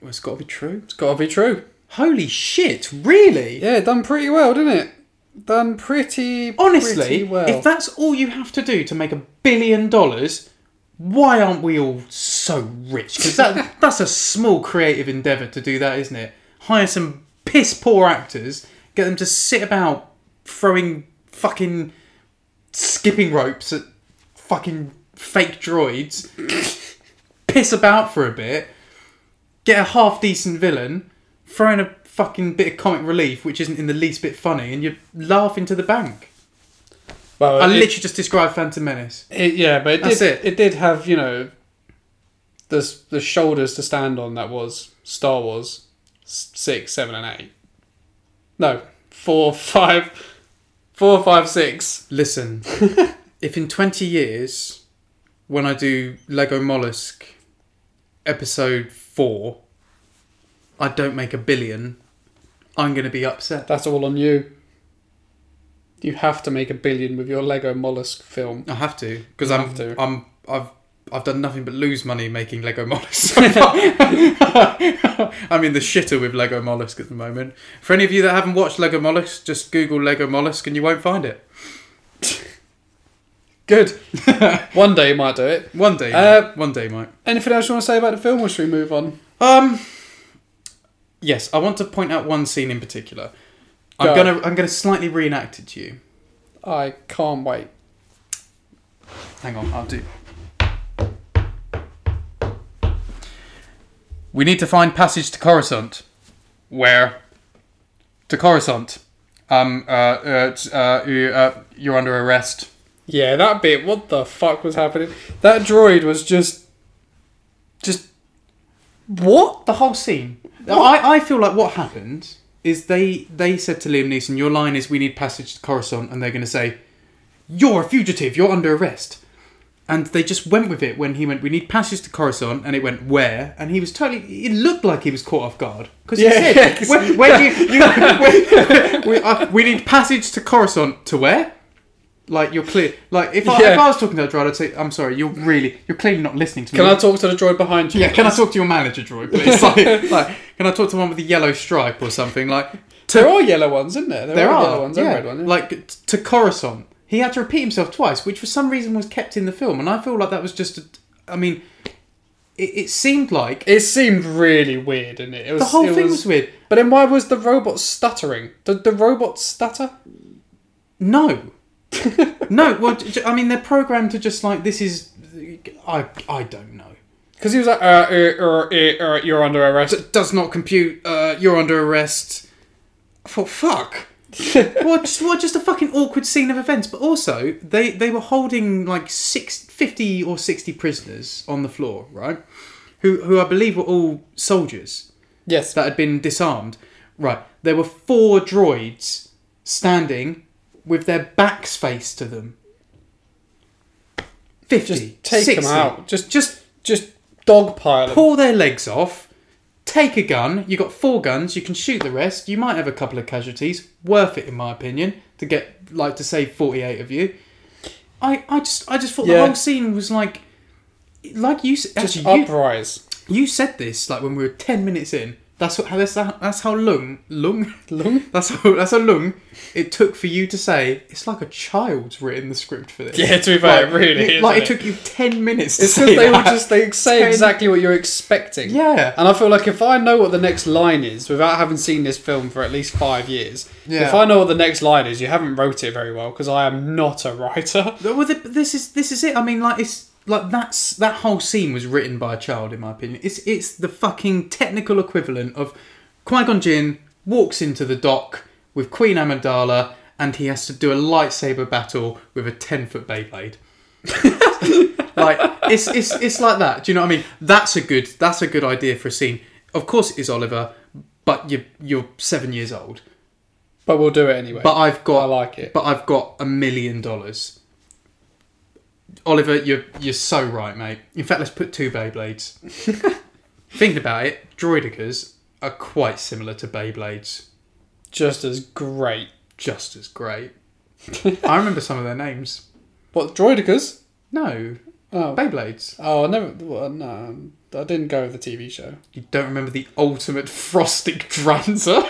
[SPEAKER 2] Well, it's got to be true.
[SPEAKER 1] It's got to be true.
[SPEAKER 2] Holy shit! Really?
[SPEAKER 1] Yeah, done pretty well, didn't it? Done pretty
[SPEAKER 2] Honestly,
[SPEAKER 1] pretty well.
[SPEAKER 2] if that's all you have to do to make a billion dollars, why aren't we all so rich? Because
[SPEAKER 1] (laughs)
[SPEAKER 2] that that's a small creative endeavor to do that, isn't it? Hire some piss poor actors, get them to sit about throwing fucking skipping ropes at fucking
[SPEAKER 1] (coughs)
[SPEAKER 2] fake droids, piss about for a bit, get a half decent villain, throw in a fucking bit of comic relief which isn't in the least bit funny, and you laugh into the bank.
[SPEAKER 1] well,
[SPEAKER 2] I
[SPEAKER 1] it-
[SPEAKER 2] literally just described Phantom Menace.
[SPEAKER 1] It, yeah, but it
[SPEAKER 2] That's
[SPEAKER 1] did. It.
[SPEAKER 2] it.
[SPEAKER 1] did have you know, the s- the shoulders to stand on. That was Star Wars s- six, seven, and eight. No, four, (laughs) five, four, five, six. (laughs)
[SPEAKER 2] Listen, if in 20 years, when I do Lego Mollusk episode 4, I don't make a billion, I'm going to be upset.
[SPEAKER 1] That's all on you. You have to make a billion with your Lego Mollusk film.
[SPEAKER 2] I have to because
[SPEAKER 1] You
[SPEAKER 2] I'm
[SPEAKER 1] have to.
[SPEAKER 2] I'm I've I've done nothing but lose money making Lego Mollusk.
[SPEAKER 1] (laughs)
[SPEAKER 2] (laughs) So far. I'm in the shitter with Lego Mollusk at the moment. For any of you that haven't watched Lego Mollusk, just Google Lego Mollusk and you won't
[SPEAKER 1] (laughs)
[SPEAKER 2] find it.
[SPEAKER 1] Good. One day you might do it.
[SPEAKER 2] One day,
[SPEAKER 1] Uh,
[SPEAKER 2] Mike. one day, Mike.
[SPEAKER 1] Anything else you want to say about the film, or should we move on?
[SPEAKER 2] Um, yes, I want to point out one scene in particular. I'm
[SPEAKER 1] Go.
[SPEAKER 2] gonna I'm gonna slightly reenact it to you.
[SPEAKER 1] I can't wait.
[SPEAKER 2] Hang on, I'll do. We need to find passage to Coruscant. Where? To Coruscant. Um. Uh. Uh. t- uh, you, uh you're under arrest.
[SPEAKER 1] Yeah, that bit. What the fuck was happening? That droid was just, just what?
[SPEAKER 2] The whole scene. I, I feel like what happened is they they said to Liam Neeson, "Your line is we need passage to Coruscant," and they're going to say, "You're a fugitive. You're under arrest." And they just went with it when he went, "We need passage to Coruscant," and it went where? And he was totally. It looked like he was caught off guard because
[SPEAKER 1] Yeah,
[SPEAKER 2] he
[SPEAKER 1] yeah,
[SPEAKER 2] said,
[SPEAKER 1] 'cause-
[SPEAKER 2] where, where
[SPEAKER 1] (laughs)
[SPEAKER 2] do you, you- where- (laughs) we, uh, "We need passage to Coruscant to where?" Like you're clear. Like if I, if
[SPEAKER 1] Yeah.
[SPEAKER 2] I was talking to a driver, I'd say, "I'm sorry, you're really, you're clearly not listening to me."
[SPEAKER 1] Can I talk to the droid behind you?
[SPEAKER 2] Yeah, can I talk to your manager,
[SPEAKER 1] (laughs)
[SPEAKER 2] Droid, please? like, like, can I talk to one with the yellow stripe or something? Like,
[SPEAKER 1] (laughs) There are yellow ones, isn't there? There,
[SPEAKER 2] there
[SPEAKER 1] are,
[SPEAKER 2] are,
[SPEAKER 1] yellow ones
[SPEAKER 2] yeah.
[SPEAKER 1] and red ones. yeah.
[SPEAKER 2] Like, t- to Coruscant, he had to repeat himself twice, which for some reason was kept in the film, and I feel like that was just, a, I mean, it, it seemed like
[SPEAKER 1] it seemed really weird, and it? it was
[SPEAKER 2] the whole
[SPEAKER 1] it
[SPEAKER 2] thing was weird.
[SPEAKER 1] But then why was the robot stuttering? Did the robot stutter? (laughs)
[SPEAKER 2] No. no, well, j- j- I mean, they're programmed to just like, this is, I, I don't know.
[SPEAKER 1] Because he was like, uh, uh, uh, uh, uh, "You're under arrest."
[SPEAKER 2] D- does not compute, uh, you're under arrest.
[SPEAKER 1] (laughs)
[SPEAKER 2] For fuck. well, just, well, just a fucking awkward scene of events. But also, they, they were holding like six, 50 or 60 prisoners on the floor, right? Who, who I believe were all soldiers
[SPEAKER 1] yes,
[SPEAKER 2] that had been disarmed. Right. There were four droids standing with their backs faced to them. 50.
[SPEAKER 1] Just take
[SPEAKER 2] 60.
[SPEAKER 1] them out. Just just
[SPEAKER 2] Just
[SPEAKER 1] just dogpile them.
[SPEAKER 2] pull their legs off, take a gun. You got four guns. You can shoot the rest. You might have a couple of casualties. Worth it, in my opinion, to get like to save forty-eight of you. I, I just I just thought the
[SPEAKER 1] Yeah.
[SPEAKER 2] whole scene was like, like you s-
[SPEAKER 1] Just
[SPEAKER 2] actually you,
[SPEAKER 1] uprise.
[SPEAKER 2] you said this like when we were ten minutes in. That's what how that's how, that's how long long (laughs)
[SPEAKER 1] Lung?
[SPEAKER 2] that's how that's how long it took for you to say it's like a child's written the script for this.
[SPEAKER 1] Yeah, to be fair, it really
[SPEAKER 2] you-
[SPEAKER 1] is,
[SPEAKER 2] Like it
[SPEAKER 1] isn't it?
[SPEAKER 2] took you ten minutes to (laughs)
[SPEAKER 1] It's
[SPEAKER 2] say
[SPEAKER 1] because they
[SPEAKER 2] that.
[SPEAKER 1] will just they say
[SPEAKER 2] Ten-
[SPEAKER 1] exactly what you're expecting.
[SPEAKER 2] Yeah.
[SPEAKER 1] And I feel like if I know what the next line is without having seen this film for at least five years,
[SPEAKER 2] Yeah.
[SPEAKER 1] if I know what the next line is, you haven't wrote it very well because I am not a writer. (laughs)
[SPEAKER 2] Well, th- this is this is it. I mean, like it's like that's that whole scene was written by a child, in my opinion. It's it's the fucking technical equivalent of Qui Gon Jinn walks into the dock with Queen Amidala, and he has to do a lightsaber battle with a ten foot Beyblade. (laughs) like it's it's it's like that. Do you know what I mean? That's a good that's a good idea for a scene. Of course, it is Oliver, but you you're seven years old.
[SPEAKER 1] But we'll do it anyway.
[SPEAKER 2] But I've got
[SPEAKER 1] I like it.
[SPEAKER 2] But I've got a million dollars. Oliver, you're you're so right, mate. In fact, let's put two
[SPEAKER 1] (laughs)
[SPEAKER 2] Beyblades. Thinking about it, droidicas are quite similar to Beyblades,
[SPEAKER 1] Just as great.
[SPEAKER 2] just as great. I remember some of their names.
[SPEAKER 1] What droidicas?
[SPEAKER 2] No,
[SPEAKER 1] Oh,
[SPEAKER 2] Beyblades.
[SPEAKER 1] oh, I never. Well, no, I didn't go with the TV show. (laughs)
[SPEAKER 2] You don't remember the ultimate Frostic (laughs)
[SPEAKER 1] (laughs)
[SPEAKER 2] Dranzer?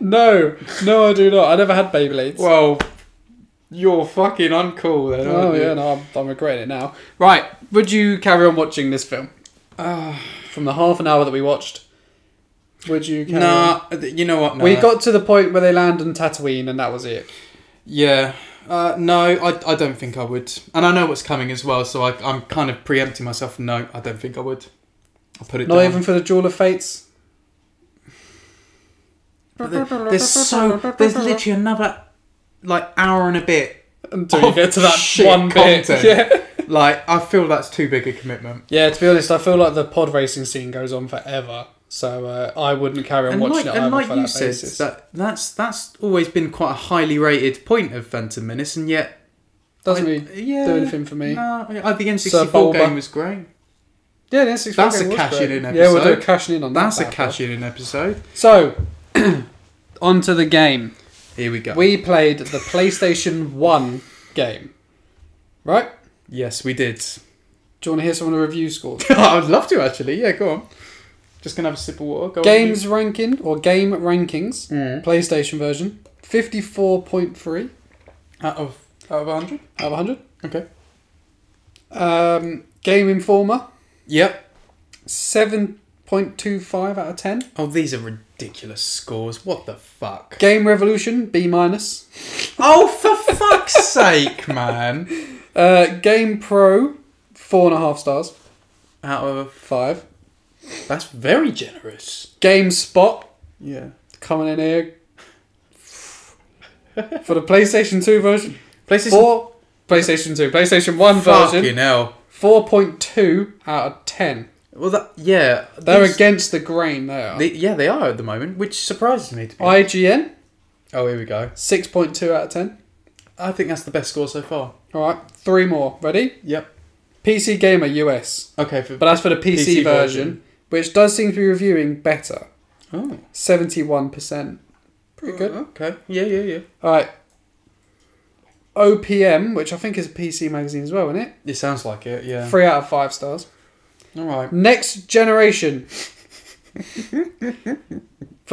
[SPEAKER 1] No, no, I do not. I never had Beyblades.
[SPEAKER 2] well, you're fucking uncool then.
[SPEAKER 1] oh
[SPEAKER 2] aren't you?
[SPEAKER 1] yeah, no, I'm, I'm regretting it now. Right, would you carry on watching this film?
[SPEAKER 2] Ah.
[SPEAKER 1] From the half an hour that we watched, would you? Carry on?
[SPEAKER 2] Nah, th- you know what?
[SPEAKER 1] We
[SPEAKER 2] nah.
[SPEAKER 1] got to the point where they land on Tatooine, and that was it.
[SPEAKER 2] Yeah. Uh, no, I, I don't think I would. And I know what's coming as well, so I, I'm kind of preempting myself. No, I don't think I would. I'll put it
[SPEAKER 1] Not
[SPEAKER 2] down.
[SPEAKER 1] even for the Jewel of Fates.
[SPEAKER 2] But there- There's so... There's literally another, like, hour and a bit.
[SPEAKER 1] Until you
[SPEAKER 2] of
[SPEAKER 1] get to that
[SPEAKER 2] Oh, shit
[SPEAKER 1] one bit.
[SPEAKER 2] content.
[SPEAKER 1] (laughs) Yeah.
[SPEAKER 2] (laughs) Like, I feel that's too big a commitment.
[SPEAKER 1] yeah, to be honest, I feel like the pod racing scene goes on forever, so uh, I wouldn't carry on
[SPEAKER 2] And
[SPEAKER 1] watching
[SPEAKER 2] like,
[SPEAKER 1] it either
[SPEAKER 2] and like
[SPEAKER 1] for
[SPEAKER 2] you
[SPEAKER 1] that
[SPEAKER 2] said,
[SPEAKER 1] basis.
[SPEAKER 2] that, that's, that's always been quite a highly rated point of Phantom Menace, and yet...
[SPEAKER 1] Doesn't
[SPEAKER 2] I-
[SPEAKER 1] really
[SPEAKER 2] yeah,
[SPEAKER 1] do anything for me.
[SPEAKER 2] No, I- I- the
[SPEAKER 1] Sir
[SPEAKER 2] N64
[SPEAKER 1] Bulba.
[SPEAKER 2] game was great.
[SPEAKER 1] Yeah, the N64
[SPEAKER 2] That's
[SPEAKER 1] game
[SPEAKER 2] a
[SPEAKER 1] was
[SPEAKER 2] cashing
[SPEAKER 1] great.
[SPEAKER 2] in
[SPEAKER 1] Yeah, we'll do
[SPEAKER 2] episode.
[SPEAKER 1] cashing in on
[SPEAKER 2] That's
[SPEAKER 1] that.
[SPEAKER 2] a
[SPEAKER 1] bad boy.
[SPEAKER 2] cash-in episode.
[SPEAKER 1] So, (clears throat) onto the game.
[SPEAKER 2] Here we go.
[SPEAKER 1] We played the PlayStation 1 game, right?
[SPEAKER 2] Yes, we (laughs) did.
[SPEAKER 1] Do you want to hear some of the review scores?
[SPEAKER 2] I'd love to actually. Yeah, go on. Just gonna have a sip of water. Go on.
[SPEAKER 1] Games ranking or game rankings, PlayStation version, fifty-four point three
[SPEAKER 2] out of out of hundred.
[SPEAKER 1] out of hundred.
[SPEAKER 2] Okay.
[SPEAKER 1] Um, game Informer,
[SPEAKER 2] Yep.
[SPEAKER 1] seven point two five out of ten.
[SPEAKER 2] Oh, these are ridiculous scores. What the fuck?
[SPEAKER 1] Game Revolution, B minus.
[SPEAKER 2] Oh, for fuck's sake, man!
[SPEAKER 1] Uh, game Pro, four and a half stars,
[SPEAKER 2] Out of
[SPEAKER 1] five.
[SPEAKER 2] that's very generous.
[SPEAKER 1] Game Spot,
[SPEAKER 2] Yeah.
[SPEAKER 1] coming in here (laughs) for the PlayStation Two version.
[SPEAKER 2] PlayStation
[SPEAKER 1] Four PlayStation Two, PlayStation One
[SPEAKER 2] Fucking
[SPEAKER 1] version,
[SPEAKER 2] hell.
[SPEAKER 1] four point two out of ten.
[SPEAKER 2] Well, that yeah.
[SPEAKER 1] They're
[SPEAKER 2] these-
[SPEAKER 1] against the grain. They are.
[SPEAKER 2] the- yeah, they are at the moment, which surprises me. To be
[SPEAKER 1] IGN,
[SPEAKER 2] oh, here we go.
[SPEAKER 1] six point two out of ten.
[SPEAKER 2] I think that's the best score so far.
[SPEAKER 1] All right, three more. Ready?
[SPEAKER 2] Yep.
[SPEAKER 1] PC Gamer US,
[SPEAKER 2] Okay. For,
[SPEAKER 1] but that's for the PC,
[SPEAKER 2] PC version.
[SPEAKER 1] version, which does seem to be reviewing better.
[SPEAKER 2] oh,
[SPEAKER 1] Seventy-one percent. Pretty good.
[SPEAKER 2] Okay. Yeah, yeah, yeah.
[SPEAKER 1] All right. OPM, which I think is a PC magazine as well, isn't it?
[SPEAKER 2] It sounds like it. Yeah.
[SPEAKER 1] Three out of five stars.
[SPEAKER 2] All right.
[SPEAKER 1] Next Generation for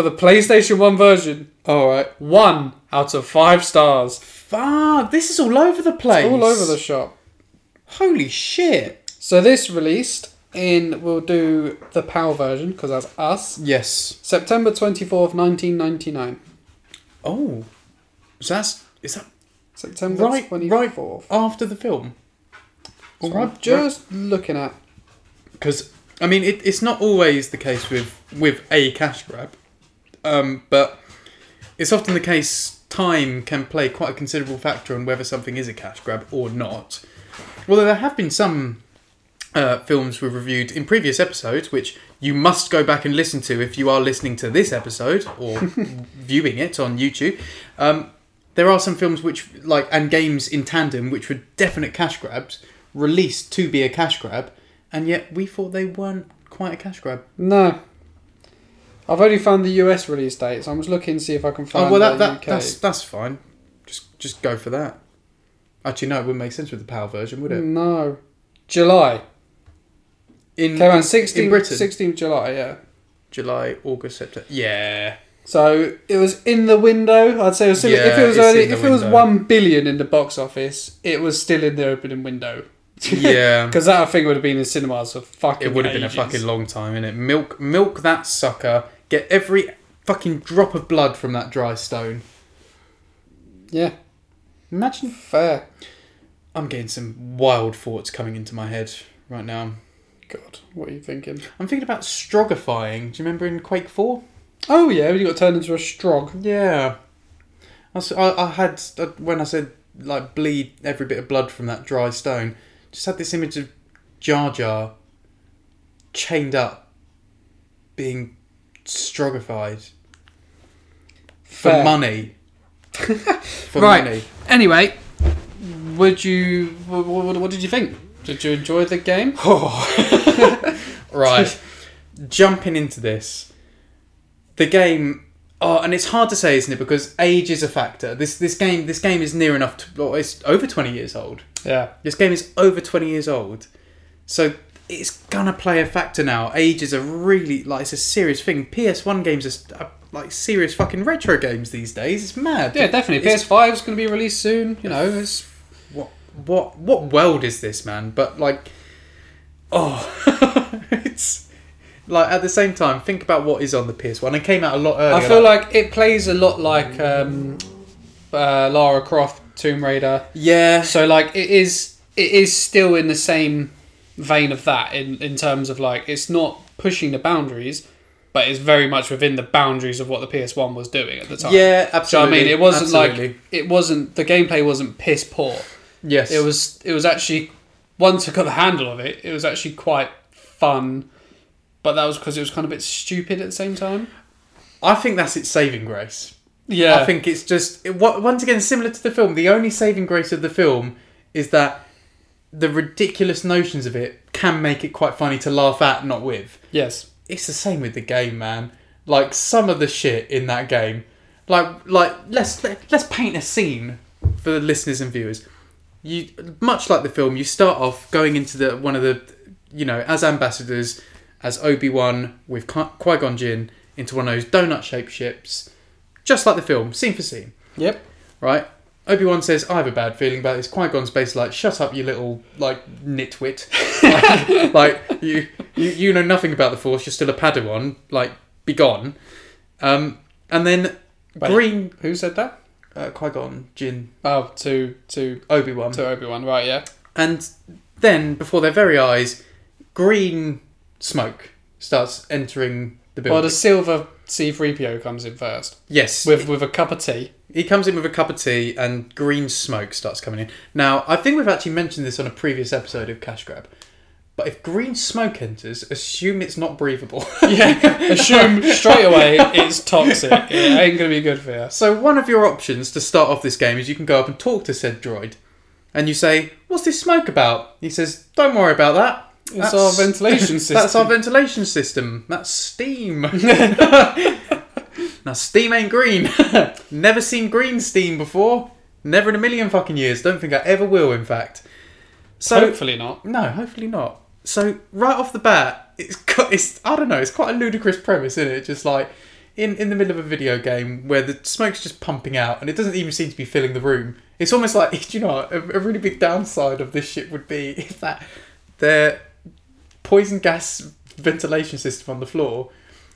[SPEAKER 1] the PlayStation 1 version.
[SPEAKER 2] All right.
[SPEAKER 1] One out of five stars.
[SPEAKER 2] Ah, this is all over the place.
[SPEAKER 1] All over the shop.
[SPEAKER 2] Holy shit.
[SPEAKER 1] So this released in, we'll do the PAL version because that's us.
[SPEAKER 2] Yes.
[SPEAKER 1] September 24th, 1999.
[SPEAKER 2] Oh. So that's is that
[SPEAKER 1] September
[SPEAKER 2] right?
[SPEAKER 1] 24th.
[SPEAKER 2] Right after the film.
[SPEAKER 1] So I'm just looking at.
[SPEAKER 2] because I mean it, it's not always the case with with a cash grab, um, but it's often the case time can play quite a considerable factor on whether something is a cash grab or not. Although there have been some uh, films we've reviewed in previous episodes, which you must go back and listen to if you are listening to this episode
[SPEAKER 1] (laughs)
[SPEAKER 2] or viewing it on YouTube. Um, there are some films which like and games in tandem which were definite cash grabs released to be a cash grab and yet we thought they weren't quite a cash grab Oh,
[SPEAKER 1] No. I've only found the US release date, so I'm just looking to see if I can find
[SPEAKER 2] oh well that,
[SPEAKER 1] the
[SPEAKER 2] that
[SPEAKER 1] UK.
[SPEAKER 2] that's that's fine just just go for that actually no it wouldn't make sense with the power version would
[SPEAKER 1] Mm.
[SPEAKER 2] it
[SPEAKER 1] No. July.
[SPEAKER 2] in
[SPEAKER 1] Came out
[SPEAKER 2] in
[SPEAKER 1] 16,
[SPEAKER 2] britain
[SPEAKER 1] 16th July, yeah.
[SPEAKER 2] july august september
[SPEAKER 1] (laughs)
[SPEAKER 2] yeah
[SPEAKER 1] So it was in the window. I'd say it was still, if
[SPEAKER 2] Yeah,
[SPEAKER 1] it was
[SPEAKER 2] it's
[SPEAKER 1] only,
[SPEAKER 2] in the
[SPEAKER 1] if it was
[SPEAKER 2] window.
[SPEAKER 1] one billion in the box office, it was still in the opening window.
[SPEAKER 2] yeah
[SPEAKER 1] because that thing would have been in cinemas for fucking.
[SPEAKER 2] Mm. it would have been a
[SPEAKER 1] ages.
[SPEAKER 2] fucking long time in it milk milk that sucker get every fucking drop of blood from that dry stone
[SPEAKER 1] yeah.
[SPEAKER 2] imagine uh,
[SPEAKER 1] Fair.
[SPEAKER 2] i'm getting some wild thoughts coming into my head right now
[SPEAKER 1] God, what are you thinking?
[SPEAKER 2] I'm thinking about strogifying. Do you remember in Quake 4?
[SPEAKER 1] Oh yeah, when you got turned into a strog.
[SPEAKER 2] Yeah. I, s- I- I had, uh, when I said, like, bleed every bit of blood from that dry stone, just had this image of Jar Jar chained up, being strogified for
[SPEAKER 1] Fair. (laughs)
[SPEAKER 2] money. for
[SPEAKER 1] Right. (laughs)
[SPEAKER 2] money.
[SPEAKER 1] Anyway, would you? What, what, what did you think? Did you enjoy the
[SPEAKER 2] (laughs)
[SPEAKER 1] game?
[SPEAKER 2] Oh.
[SPEAKER 1] (laughs)
[SPEAKER 2] Right. Jumping into this, the game. Oh, and it's hard to say, isn't it? Because age is a factor. This this game this game is near enough to. Well, it's over twenty years old.
[SPEAKER 1] Yeah.
[SPEAKER 2] This game is over twenty years old, so it's gonna play a factor now. Age is a really like it's a serious thing. PS One games are, st- are like serious fucking retro games these days. It's mad.
[SPEAKER 1] Yeah, definitely.
[SPEAKER 2] It's-
[SPEAKER 1] PS Five's going to be released soon. You know, it's
[SPEAKER 2] what what what world is this man but like oh (laughs) it's like at the same time think about what is on the ps1 it came out a lot earlier
[SPEAKER 1] I feel like it plays a lot like um, uh, Lara Croft Tomb Raider.
[SPEAKER 2] yeah
[SPEAKER 1] So like it is it is still in the same vein of that in in terms of like it's not pushing the boundaries, but it's very much within the boundaries of what the PS1 was doing at the time. Do you
[SPEAKER 2] yeah
[SPEAKER 1] know what I
[SPEAKER 2] absolutely
[SPEAKER 1] mean? It wasn't like
[SPEAKER 2] absolutely.
[SPEAKER 1] it wasn't the gameplay wasn't piss poor.
[SPEAKER 2] yes
[SPEAKER 1] It was it was actually once I got the handle of it, it was actually quite fun. But that was because it was kind of a bit stupid at the same time.
[SPEAKER 2] i think that's its saving grace
[SPEAKER 1] Yeah,
[SPEAKER 2] I think it's just it, wa- once again similar to the film. The only saving grace of the film is that the ridiculous notions of it can make it quite funny to laugh at, not with.
[SPEAKER 1] yes.
[SPEAKER 2] it's the same with the game, man. Like some of the shit in that game, like like let's let, let's paint a scene for the listeners and viewers. you much like the film, you start off going into the one of the you know as ambassadors as Obi Wan with Qui Gon Jinn into one of those donut shaped ships, just like the film, scene for scene
[SPEAKER 1] Yep.
[SPEAKER 2] right? Obi Wan says, "I have a bad feeling about this." Qui Gon's basically like, "Shut up, you little like nitwit! like, you, you you know nothing about the Force. You're still a Padawan. Like, be gone." Um, and then
[SPEAKER 1] Wait.
[SPEAKER 2] Green
[SPEAKER 1] Who said that?
[SPEAKER 2] uh, Qui Gon, Jin,
[SPEAKER 1] Oh, to to
[SPEAKER 2] Obi Wan,
[SPEAKER 1] to Obi Wan. Right. Yeah.
[SPEAKER 2] and then before their very eyes, green smoke starts entering the building.
[SPEAKER 1] Well, the silver C-3PO comes in first
[SPEAKER 2] yes,
[SPEAKER 1] with with a cup of tea.
[SPEAKER 2] He comes in with a cup of tea and green smoke starts coming in. Now, I think we've actually mentioned this on a previous episode of Cash Grab. But if green smoke enters, assume it's not breathable. (laughs)
[SPEAKER 1] Yeah. (laughs) Assume straight away it's toxic. It ain't gonna be good for you.
[SPEAKER 2] so, one of your options to start off this game is you can go up and talk to said droid and you say, What's this smoke about? He says, Don't worry about that.
[SPEAKER 1] It's our ventilation system.
[SPEAKER 2] (laughs) That's our ventilation system. That's steam.
[SPEAKER 1] (laughs)
[SPEAKER 2] (laughs) now, steam ain't green. (laughs) Never seen green steam before. Never in a million fucking years. Don't think I ever will, in fact. So,
[SPEAKER 1] Hopefully not.
[SPEAKER 2] no, hopefully not. So, right off the bat, it's, co- it's I don't know, it's quite a ludicrous premise, isn't it? Just like in, in the middle of a video game where the smoke's just pumping out and it doesn't even seem to be filling the room. It's almost like, (laughs) do you know, what? a, a really big downside of this shit would be (laughs) if that their poison gas ventilation system on the floor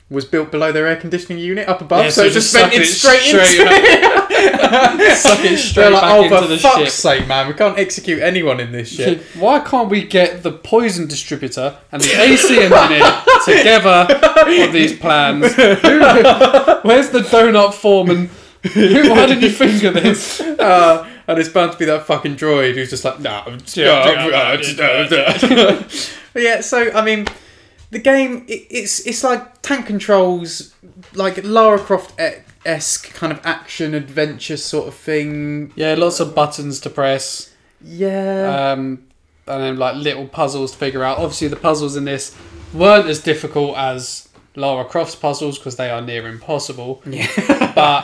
[SPEAKER 2] was built below their air conditioning unit up above,
[SPEAKER 1] Yeah,
[SPEAKER 2] so, it just vented straight, into
[SPEAKER 1] up. (laughs) Suck it (laughs) straight
[SPEAKER 2] They're like,
[SPEAKER 1] back
[SPEAKER 2] oh,
[SPEAKER 1] into
[SPEAKER 2] for
[SPEAKER 1] the
[SPEAKER 2] fuck's
[SPEAKER 1] ship.
[SPEAKER 2] sake, man, we can't execute anyone
[SPEAKER 1] (laughs)
[SPEAKER 2] in this shit.
[SPEAKER 1] Why can't we get the poison distributor and the
[SPEAKER 2] (laughs)
[SPEAKER 1] AC engineer together on these plans? Who- Where's the donut foreman? Who- Why did you finger this?
[SPEAKER 2] uh, and it's bound to be that fucking droid who's just like, nah, I'm just,
[SPEAKER 1] Yeah,
[SPEAKER 2] uh,
[SPEAKER 1] yeah,
[SPEAKER 2] uh, just, uh, uh." (laughs) But yeah, so I mean, the game it, it's it's like tank controls, like Lara Croft e-, esque kind of action adventure sort of thing.
[SPEAKER 1] Yeah, lots of buttons to press,
[SPEAKER 2] Yeah,
[SPEAKER 1] um, and then like little puzzles to figure out. Obviously, the puzzles in this weren't as difficult as Lara Croft's puzzles because they are near impossible. (laughs) but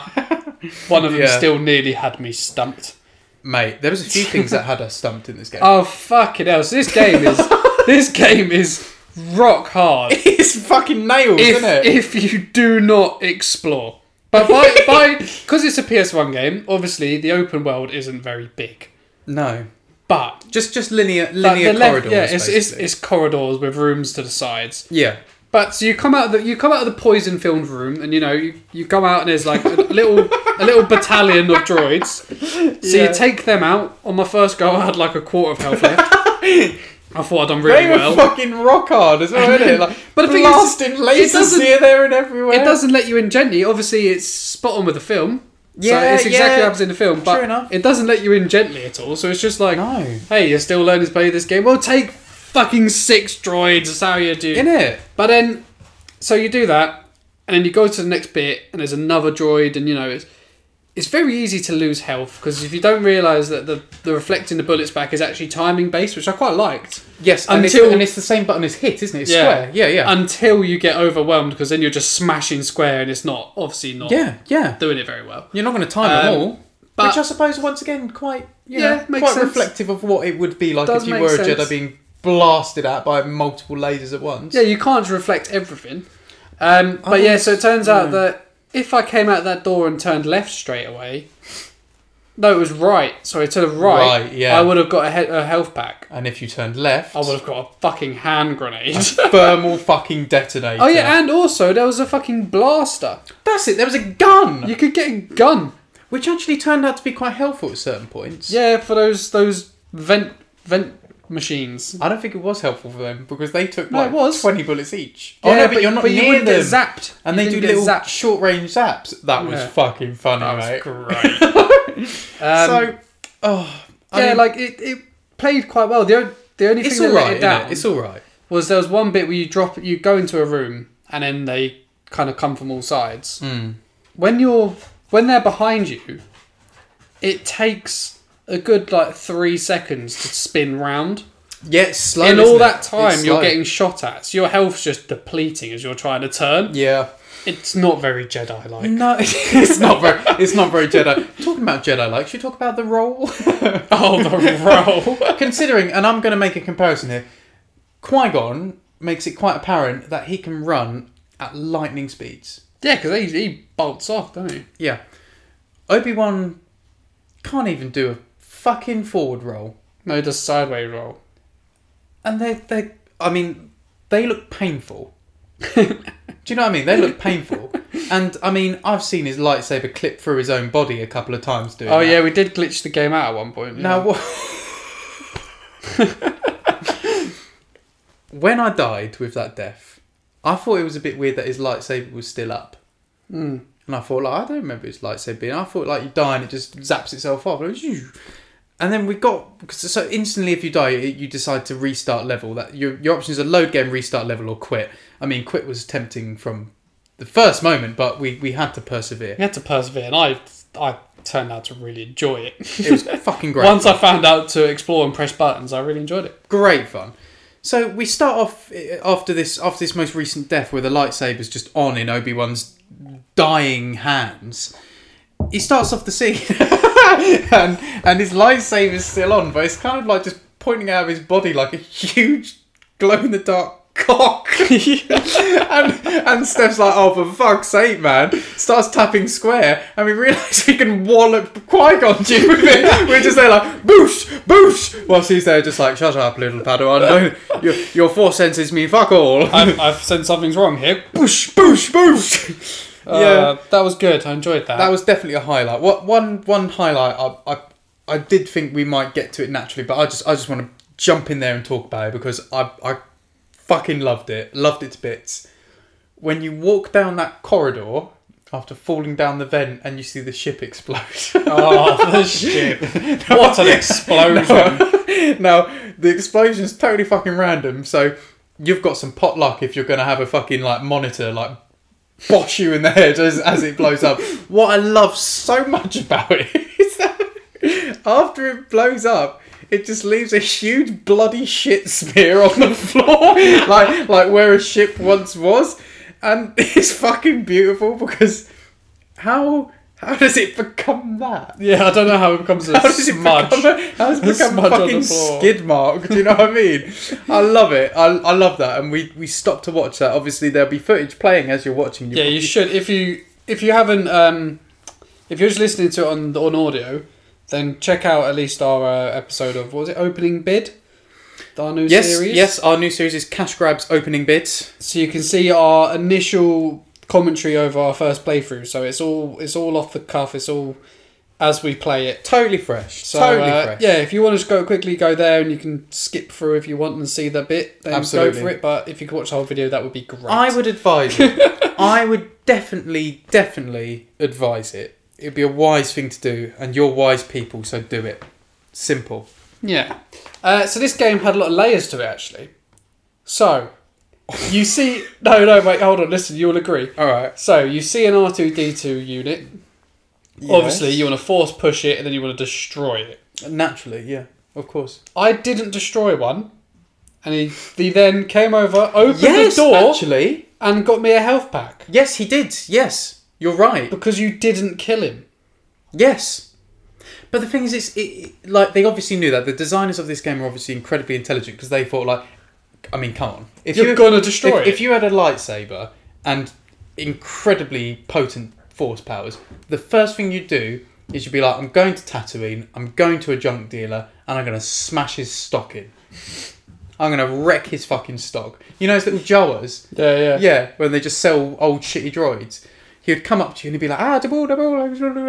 [SPEAKER 1] one of them
[SPEAKER 2] Yeah.
[SPEAKER 1] still nearly had me stumped.
[SPEAKER 2] mate, there was a few things that had us stumped in this (laughs) game.
[SPEAKER 1] Oh fucking hell! So this game (laughs) is this game is rock hard
[SPEAKER 2] it's fucking nails,
[SPEAKER 1] if
[SPEAKER 2] isn't it?
[SPEAKER 1] if you do not explore. But by by (laughs) because it's a PS1 game, obviously the open world isn't very big.
[SPEAKER 2] no,
[SPEAKER 1] But
[SPEAKER 2] just just linear
[SPEAKER 1] like,
[SPEAKER 2] linear
[SPEAKER 1] the lev-
[SPEAKER 2] corridors.
[SPEAKER 1] yeah, it's, it's
[SPEAKER 2] basically.
[SPEAKER 1] it's corridors with rooms to the sides.
[SPEAKER 2] yeah.
[SPEAKER 1] But so you come out of the you come out of the poison filled room, and you know you, you come out and there's like a (laughs) little a little battalion of droids. So
[SPEAKER 2] Yeah.
[SPEAKER 1] you take them out. On my first go, I had like a quarter of health
[SPEAKER 2] (laughs)
[SPEAKER 1] left. I thought I'd done really
[SPEAKER 2] They were
[SPEAKER 1] well.
[SPEAKER 2] fucking rock hard as
[SPEAKER 1] (laughs)
[SPEAKER 2] well, isn't it? Like,
[SPEAKER 1] But
[SPEAKER 2] but
[SPEAKER 1] the thing is,
[SPEAKER 2] blasting lasers
[SPEAKER 1] doesn't-
[SPEAKER 2] here, there, and everywhere.
[SPEAKER 1] It doesn't let you in gently. Obviously, it's spot on with the film. so
[SPEAKER 2] Yeah,
[SPEAKER 1] it's exactly
[SPEAKER 2] yeah.
[SPEAKER 1] what happens in the film. But
[SPEAKER 2] enough.
[SPEAKER 1] it doesn't let you in gently at all. So it's just like,
[SPEAKER 2] No.
[SPEAKER 1] hey, you're still learning to play this game. Well, take fucking six droids. That's how you do.
[SPEAKER 2] in it.
[SPEAKER 1] But then, so you do that, and then you go to the next bit, and there's another droid, and you know it's it's very easy to lose health because if you don't realise that the the reflecting the bullets back is actually timing based, which I quite liked.
[SPEAKER 2] Yes,
[SPEAKER 1] and
[SPEAKER 2] and,
[SPEAKER 1] it's-
[SPEAKER 2] it's,
[SPEAKER 1] and
[SPEAKER 2] and it's the same button as hit, isn't it? It's square. Yeah, yeah.
[SPEAKER 1] Until you get overwhelmed because then you're just smashing square, and it's not obviously not
[SPEAKER 2] yeah, yeah.
[SPEAKER 1] doing it very well.
[SPEAKER 2] You're not going to time
[SPEAKER 1] Um,
[SPEAKER 2] them all.
[SPEAKER 1] but-
[SPEAKER 2] which I suppose, once again, quite you
[SPEAKER 1] Yeah,
[SPEAKER 2] know,
[SPEAKER 1] makes
[SPEAKER 2] quite
[SPEAKER 1] sense.
[SPEAKER 2] reflective of what it would be like
[SPEAKER 1] Does
[SPEAKER 2] if you
[SPEAKER 1] make
[SPEAKER 2] were a
[SPEAKER 1] sense.
[SPEAKER 2] Jedi being blasted at by multiple lasers at once.
[SPEAKER 1] Yeah, you can't reflect everything. Um, but yeah, so it
[SPEAKER 2] Oh,
[SPEAKER 1] turns out that if I came out that door and turned left straight away, no, it was right. Sorry, to the right.
[SPEAKER 2] Right, yeah.
[SPEAKER 1] I would have got a, he- a health pack.
[SPEAKER 2] And if you turned left,
[SPEAKER 1] I would have got a fucking hand grenade.
[SPEAKER 2] thermal fucking detonator.
[SPEAKER 1] (laughs) oh yeah, and also there was a fucking blaster.
[SPEAKER 2] that's it. There was a gun,
[SPEAKER 1] You could get a gun.
[SPEAKER 2] which actually turned out to be quite helpful at certain points.
[SPEAKER 1] Yeah, for those those vent vent machines.
[SPEAKER 2] I don't think it was helpful for them because they took
[SPEAKER 1] No, it
[SPEAKER 2] like
[SPEAKER 1] was.
[SPEAKER 2] twenty bullets each. oh no, but, you're not
[SPEAKER 1] but you
[SPEAKER 2] near
[SPEAKER 1] wouldn't
[SPEAKER 2] them.
[SPEAKER 1] get zapped.
[SPEAKER 2] and
[SPEAKER 1] You
[SPEAKER 2] they do
[SPEAKER 1] didn't get
[SPEAKER 2] little
[SPEAKER 1] zapped.
[SPEAKER 2] short range zaps. That was
[SPEAKER 1] Yeah.
[SPEAKER 2] fucking funny,
[SPEAKER 1] That was
[SPEAKER 2] mate.
[SPEAKER 1] great. Um,
[SPEAKER 2] so, oh, (laughs) I
[SPEAKER 1] yeah,
[SPEAKER 2] mean,
[SPEAKER 1] like it, it played quite well. The, o- the only
[SPEAKER 2] it's
[SPEAKER 1] thing
[SPEAKER 2] all
[SPEAKER 1] that let
[SPEAKER 2] right.
[SPEAKER 1] it
[SPEAKER 2] innit?
[SPEAKER 1] down
[SPEAKER 2] It's all right.
[SPEAKER 1] was there was one bit where you drop, you go into a room, and then they kind of come from all sides. When you're when they're behind you, it takes a good like three seconds to spin round.
[SPEAKER 2] Yeah, it's slow.
[SPEAKER 1] In
[SPEAKER 2] isn't
[SPEAKER 1] all
[SPEAKER 2] it?
[SPEAKER 1] that
[SPEAKER 2] It's
[SPEAKER 1] time, you're
[SPEAKER 2] slow.
[SPEAKER 1] getting shot at. So your health's just depleting as you're trying to turn.
[SPEAKER 2] yeah.
[SPEAKER 1] It's not very Jedi like.
[SPEAKER 2] No, (laughs) it's not very. It's not very Jedi. Talking about Jedi, like, should we talk about the (laughs) role?
[SPEAKER 1] Oh, the roll.
[SPEAKER 2] (laughs) Considering, and I'm going to make a comparison here. Qui Gon makes it quite apparent that he can run at lightning speeds.
[SPEAKER 1] yeah, because he, he bolts off, don't he?
[SPEAKER 2] Yeah, Obi Wan can't even do a fucking forward roll,
[SPEAKER 1] No, he does sideways roll.
[SPEAKER 2] and they they. I mean, they look painful. do you know what I mean? They look painful. And I mean, I've seen his lightsaber clip through his own body a couple of times doing
[SPEAKER 1] Oh
[SPEAKER 2] that.
[SPEAKER 1] yeah, we did glitch the game out at one point.
[SPEAKER 2] Now,
[SPEAKER 1] yeah.
[SPEAKER 2] what? when I died with that death, I thought it was a bit weird that his lightsaber was still up.
[SPEAKER 1] Hmm.
[SPEAKER 2] Mm. And I thought, like, I don't remember his lightsaber being. I thought, like, you die and it just zaps itself off. And then we got 'cause- so instantly, if you die, it- you decide to restart level. That your your options are load game, restart level, or quit. I mean, quit was tempting from the first moment, but we we had to persevere.
[SPEAKER 1] we had to persevere, and I I turned out to really enjoy it. (laughs)
[SPEAKER 2] It was fucking great.
[SPEAKER 1] Once I found out to explore and press buttons, I really enjoyed
[SPEAKER 2] (laughs)
[SPEAKER 1] it.
[SPEAKER 2] great fun. So we start off eh, after this after this most recent death where the lightsaber's just on in Obi Wan's dying hands. He starts off the scene (laughs) and and his lightsaber's still on, but it's kind of like just pointing out of his body like a huge glow in the dark cock. (laughs) and and Steph's like, oh for fuck's sake, man. Starts tapping square and we realise we can wallop Qui-Gon (laughs) Jinn with it. We're just there like boosh, boosh whilst he's there just like, shut up, little Padawan. No, your your force senses mean fuck all.
[SPEAKER 1] I've, I've said something's wrong here.
[SPEAKER 2] (laughs) boosh, boosh, boosh. Um,
[SPEAKER 1] Uh, that was good. I enjoyed that.
[SPEAKER 2] that was definitely a highlight. What one one highlight? I, I I did think we might get to it naturally, but I just I just want to jump in there and talk about it because I I fucking loved it, loved it to bits. When you walk down that corridor after falling down the vent and you see the ship explode.
[SPEAKER 1] (laughs)
[SPEAKER 2] (laughs)
[SPEAKER 1] oh, the ship! (laughs) What an explosion!
[SPEAKER 2] now the explosion's totally fucking random, so you've got some potluck if you're gonna have a fucking like monitor like bosh you in the head as, as it blows up. What I love so much about it (laughs) is that after it blows up, it just leaves a huge bloody shit smear on the floor, (laughs) like like where a ship once was, and (laughs) it's fucking beautiful because how how does it become that?
[SPEAKER 1] Yeah, I don't know how it becomes a
[SPEAKER 2] How does it
[SPEAKER 1] smudge.
[SPEAKER 2] become? A, how does it
[SPEAKER 1] A
[SPEAKER 2] become a
[SPEAKER 1] smudge on the
[SPEAKER 2] fucking
[SPEAKER 1] floor.
[SPEAKER 2] skid mark? Do you know what I mean? I love it. I, I love that. And we we stopped to watch that. Obviously, there'll be footage playing as you're watching.
[SPEAKER 1] yeah, you should. If you if you haven't, um, if you're just listening to it on on audio, then check out at least our uh, episode of what was it opening bid, our new
[SPEAKER 2] Yes,
[SPEAKER 1] series.
[SPEAKER 2] yes. Our new series is Cash Grab's opening bids.
[SPEAKER 1] So you can see our initial commentary over our first playthrough. So it's all it's all off the cuff. It's all as we play it.
[SPEAKER 2] Totally fresh.
[SPEAKER 1] So,
[SPEAKER 2] totally
[SPEAKER 1] uh,
[SPEAKER 2] fresh.
[SPEAKER 1] Yeah, if you want to just go quickly, go there, and you can skip through if you want and see that bit. Then go
[SPEAKER 2] Absolutely.
[SPEAKER 1] for it. But if you could watch the whole video, that would be great.
[SPEAKER 2] I would
[SPEAKER 1] (laughs)
[SPEAKER 2] advise it. I would definitely, definitely advise it. It'd be a wise thing to do, and you're wise people, so do it. Simple.
[SPEAKER 1] Yeah. Uh, so this game had a lot of layers to it, actually.
[SPEAKER 2] (laughs)
[SPEAKER 1] So you see, no, no, wait, hold on, listen, you'll agree.
[SPEAKER 2] All right.
[SPEAKER 1] So you see an R two D two unit. Obviously, you want to force push it, and then you want to destroy it.
[SPEAKER 2] naturally, yeah, of course.
[SPEAKER 1] I didn't destroy one, and he, he then came over, opened the door,
[SPEAKER 2] actually.
[SPEAKER 1] and got me a health pack
[SPEAKER 2] Yes, he did. Yes, you're right.
[SPEAKER 1] because you didn't kill him.
[SPEAKER 2] Yes, but the thing is, it's it, it- like they obviously knew that the designers of this game are obviously incredibly intelligent because they thought, like, I mean, come on, if
[SPEAKER 1] You're
[SPEAKER 2] you-
[SPEAKER 1] gonna destroy it.
[SPEAKER 2] if, if you had a lightsaber and incredibly potent force powers, the first thing you'd do is you'd be like, I'm going to Tatooine, I'm going to a junk dealer, and I'm gonna smash his stock in. I'm gonna wreck his fucking stock. You know, his little Jawas.
[SPEAKER 1] Yeah, yeah,
[SPEAKER 2] Yeah, when they just sell old shitty droids. He would come up to you and he'd be like, ah, double, double,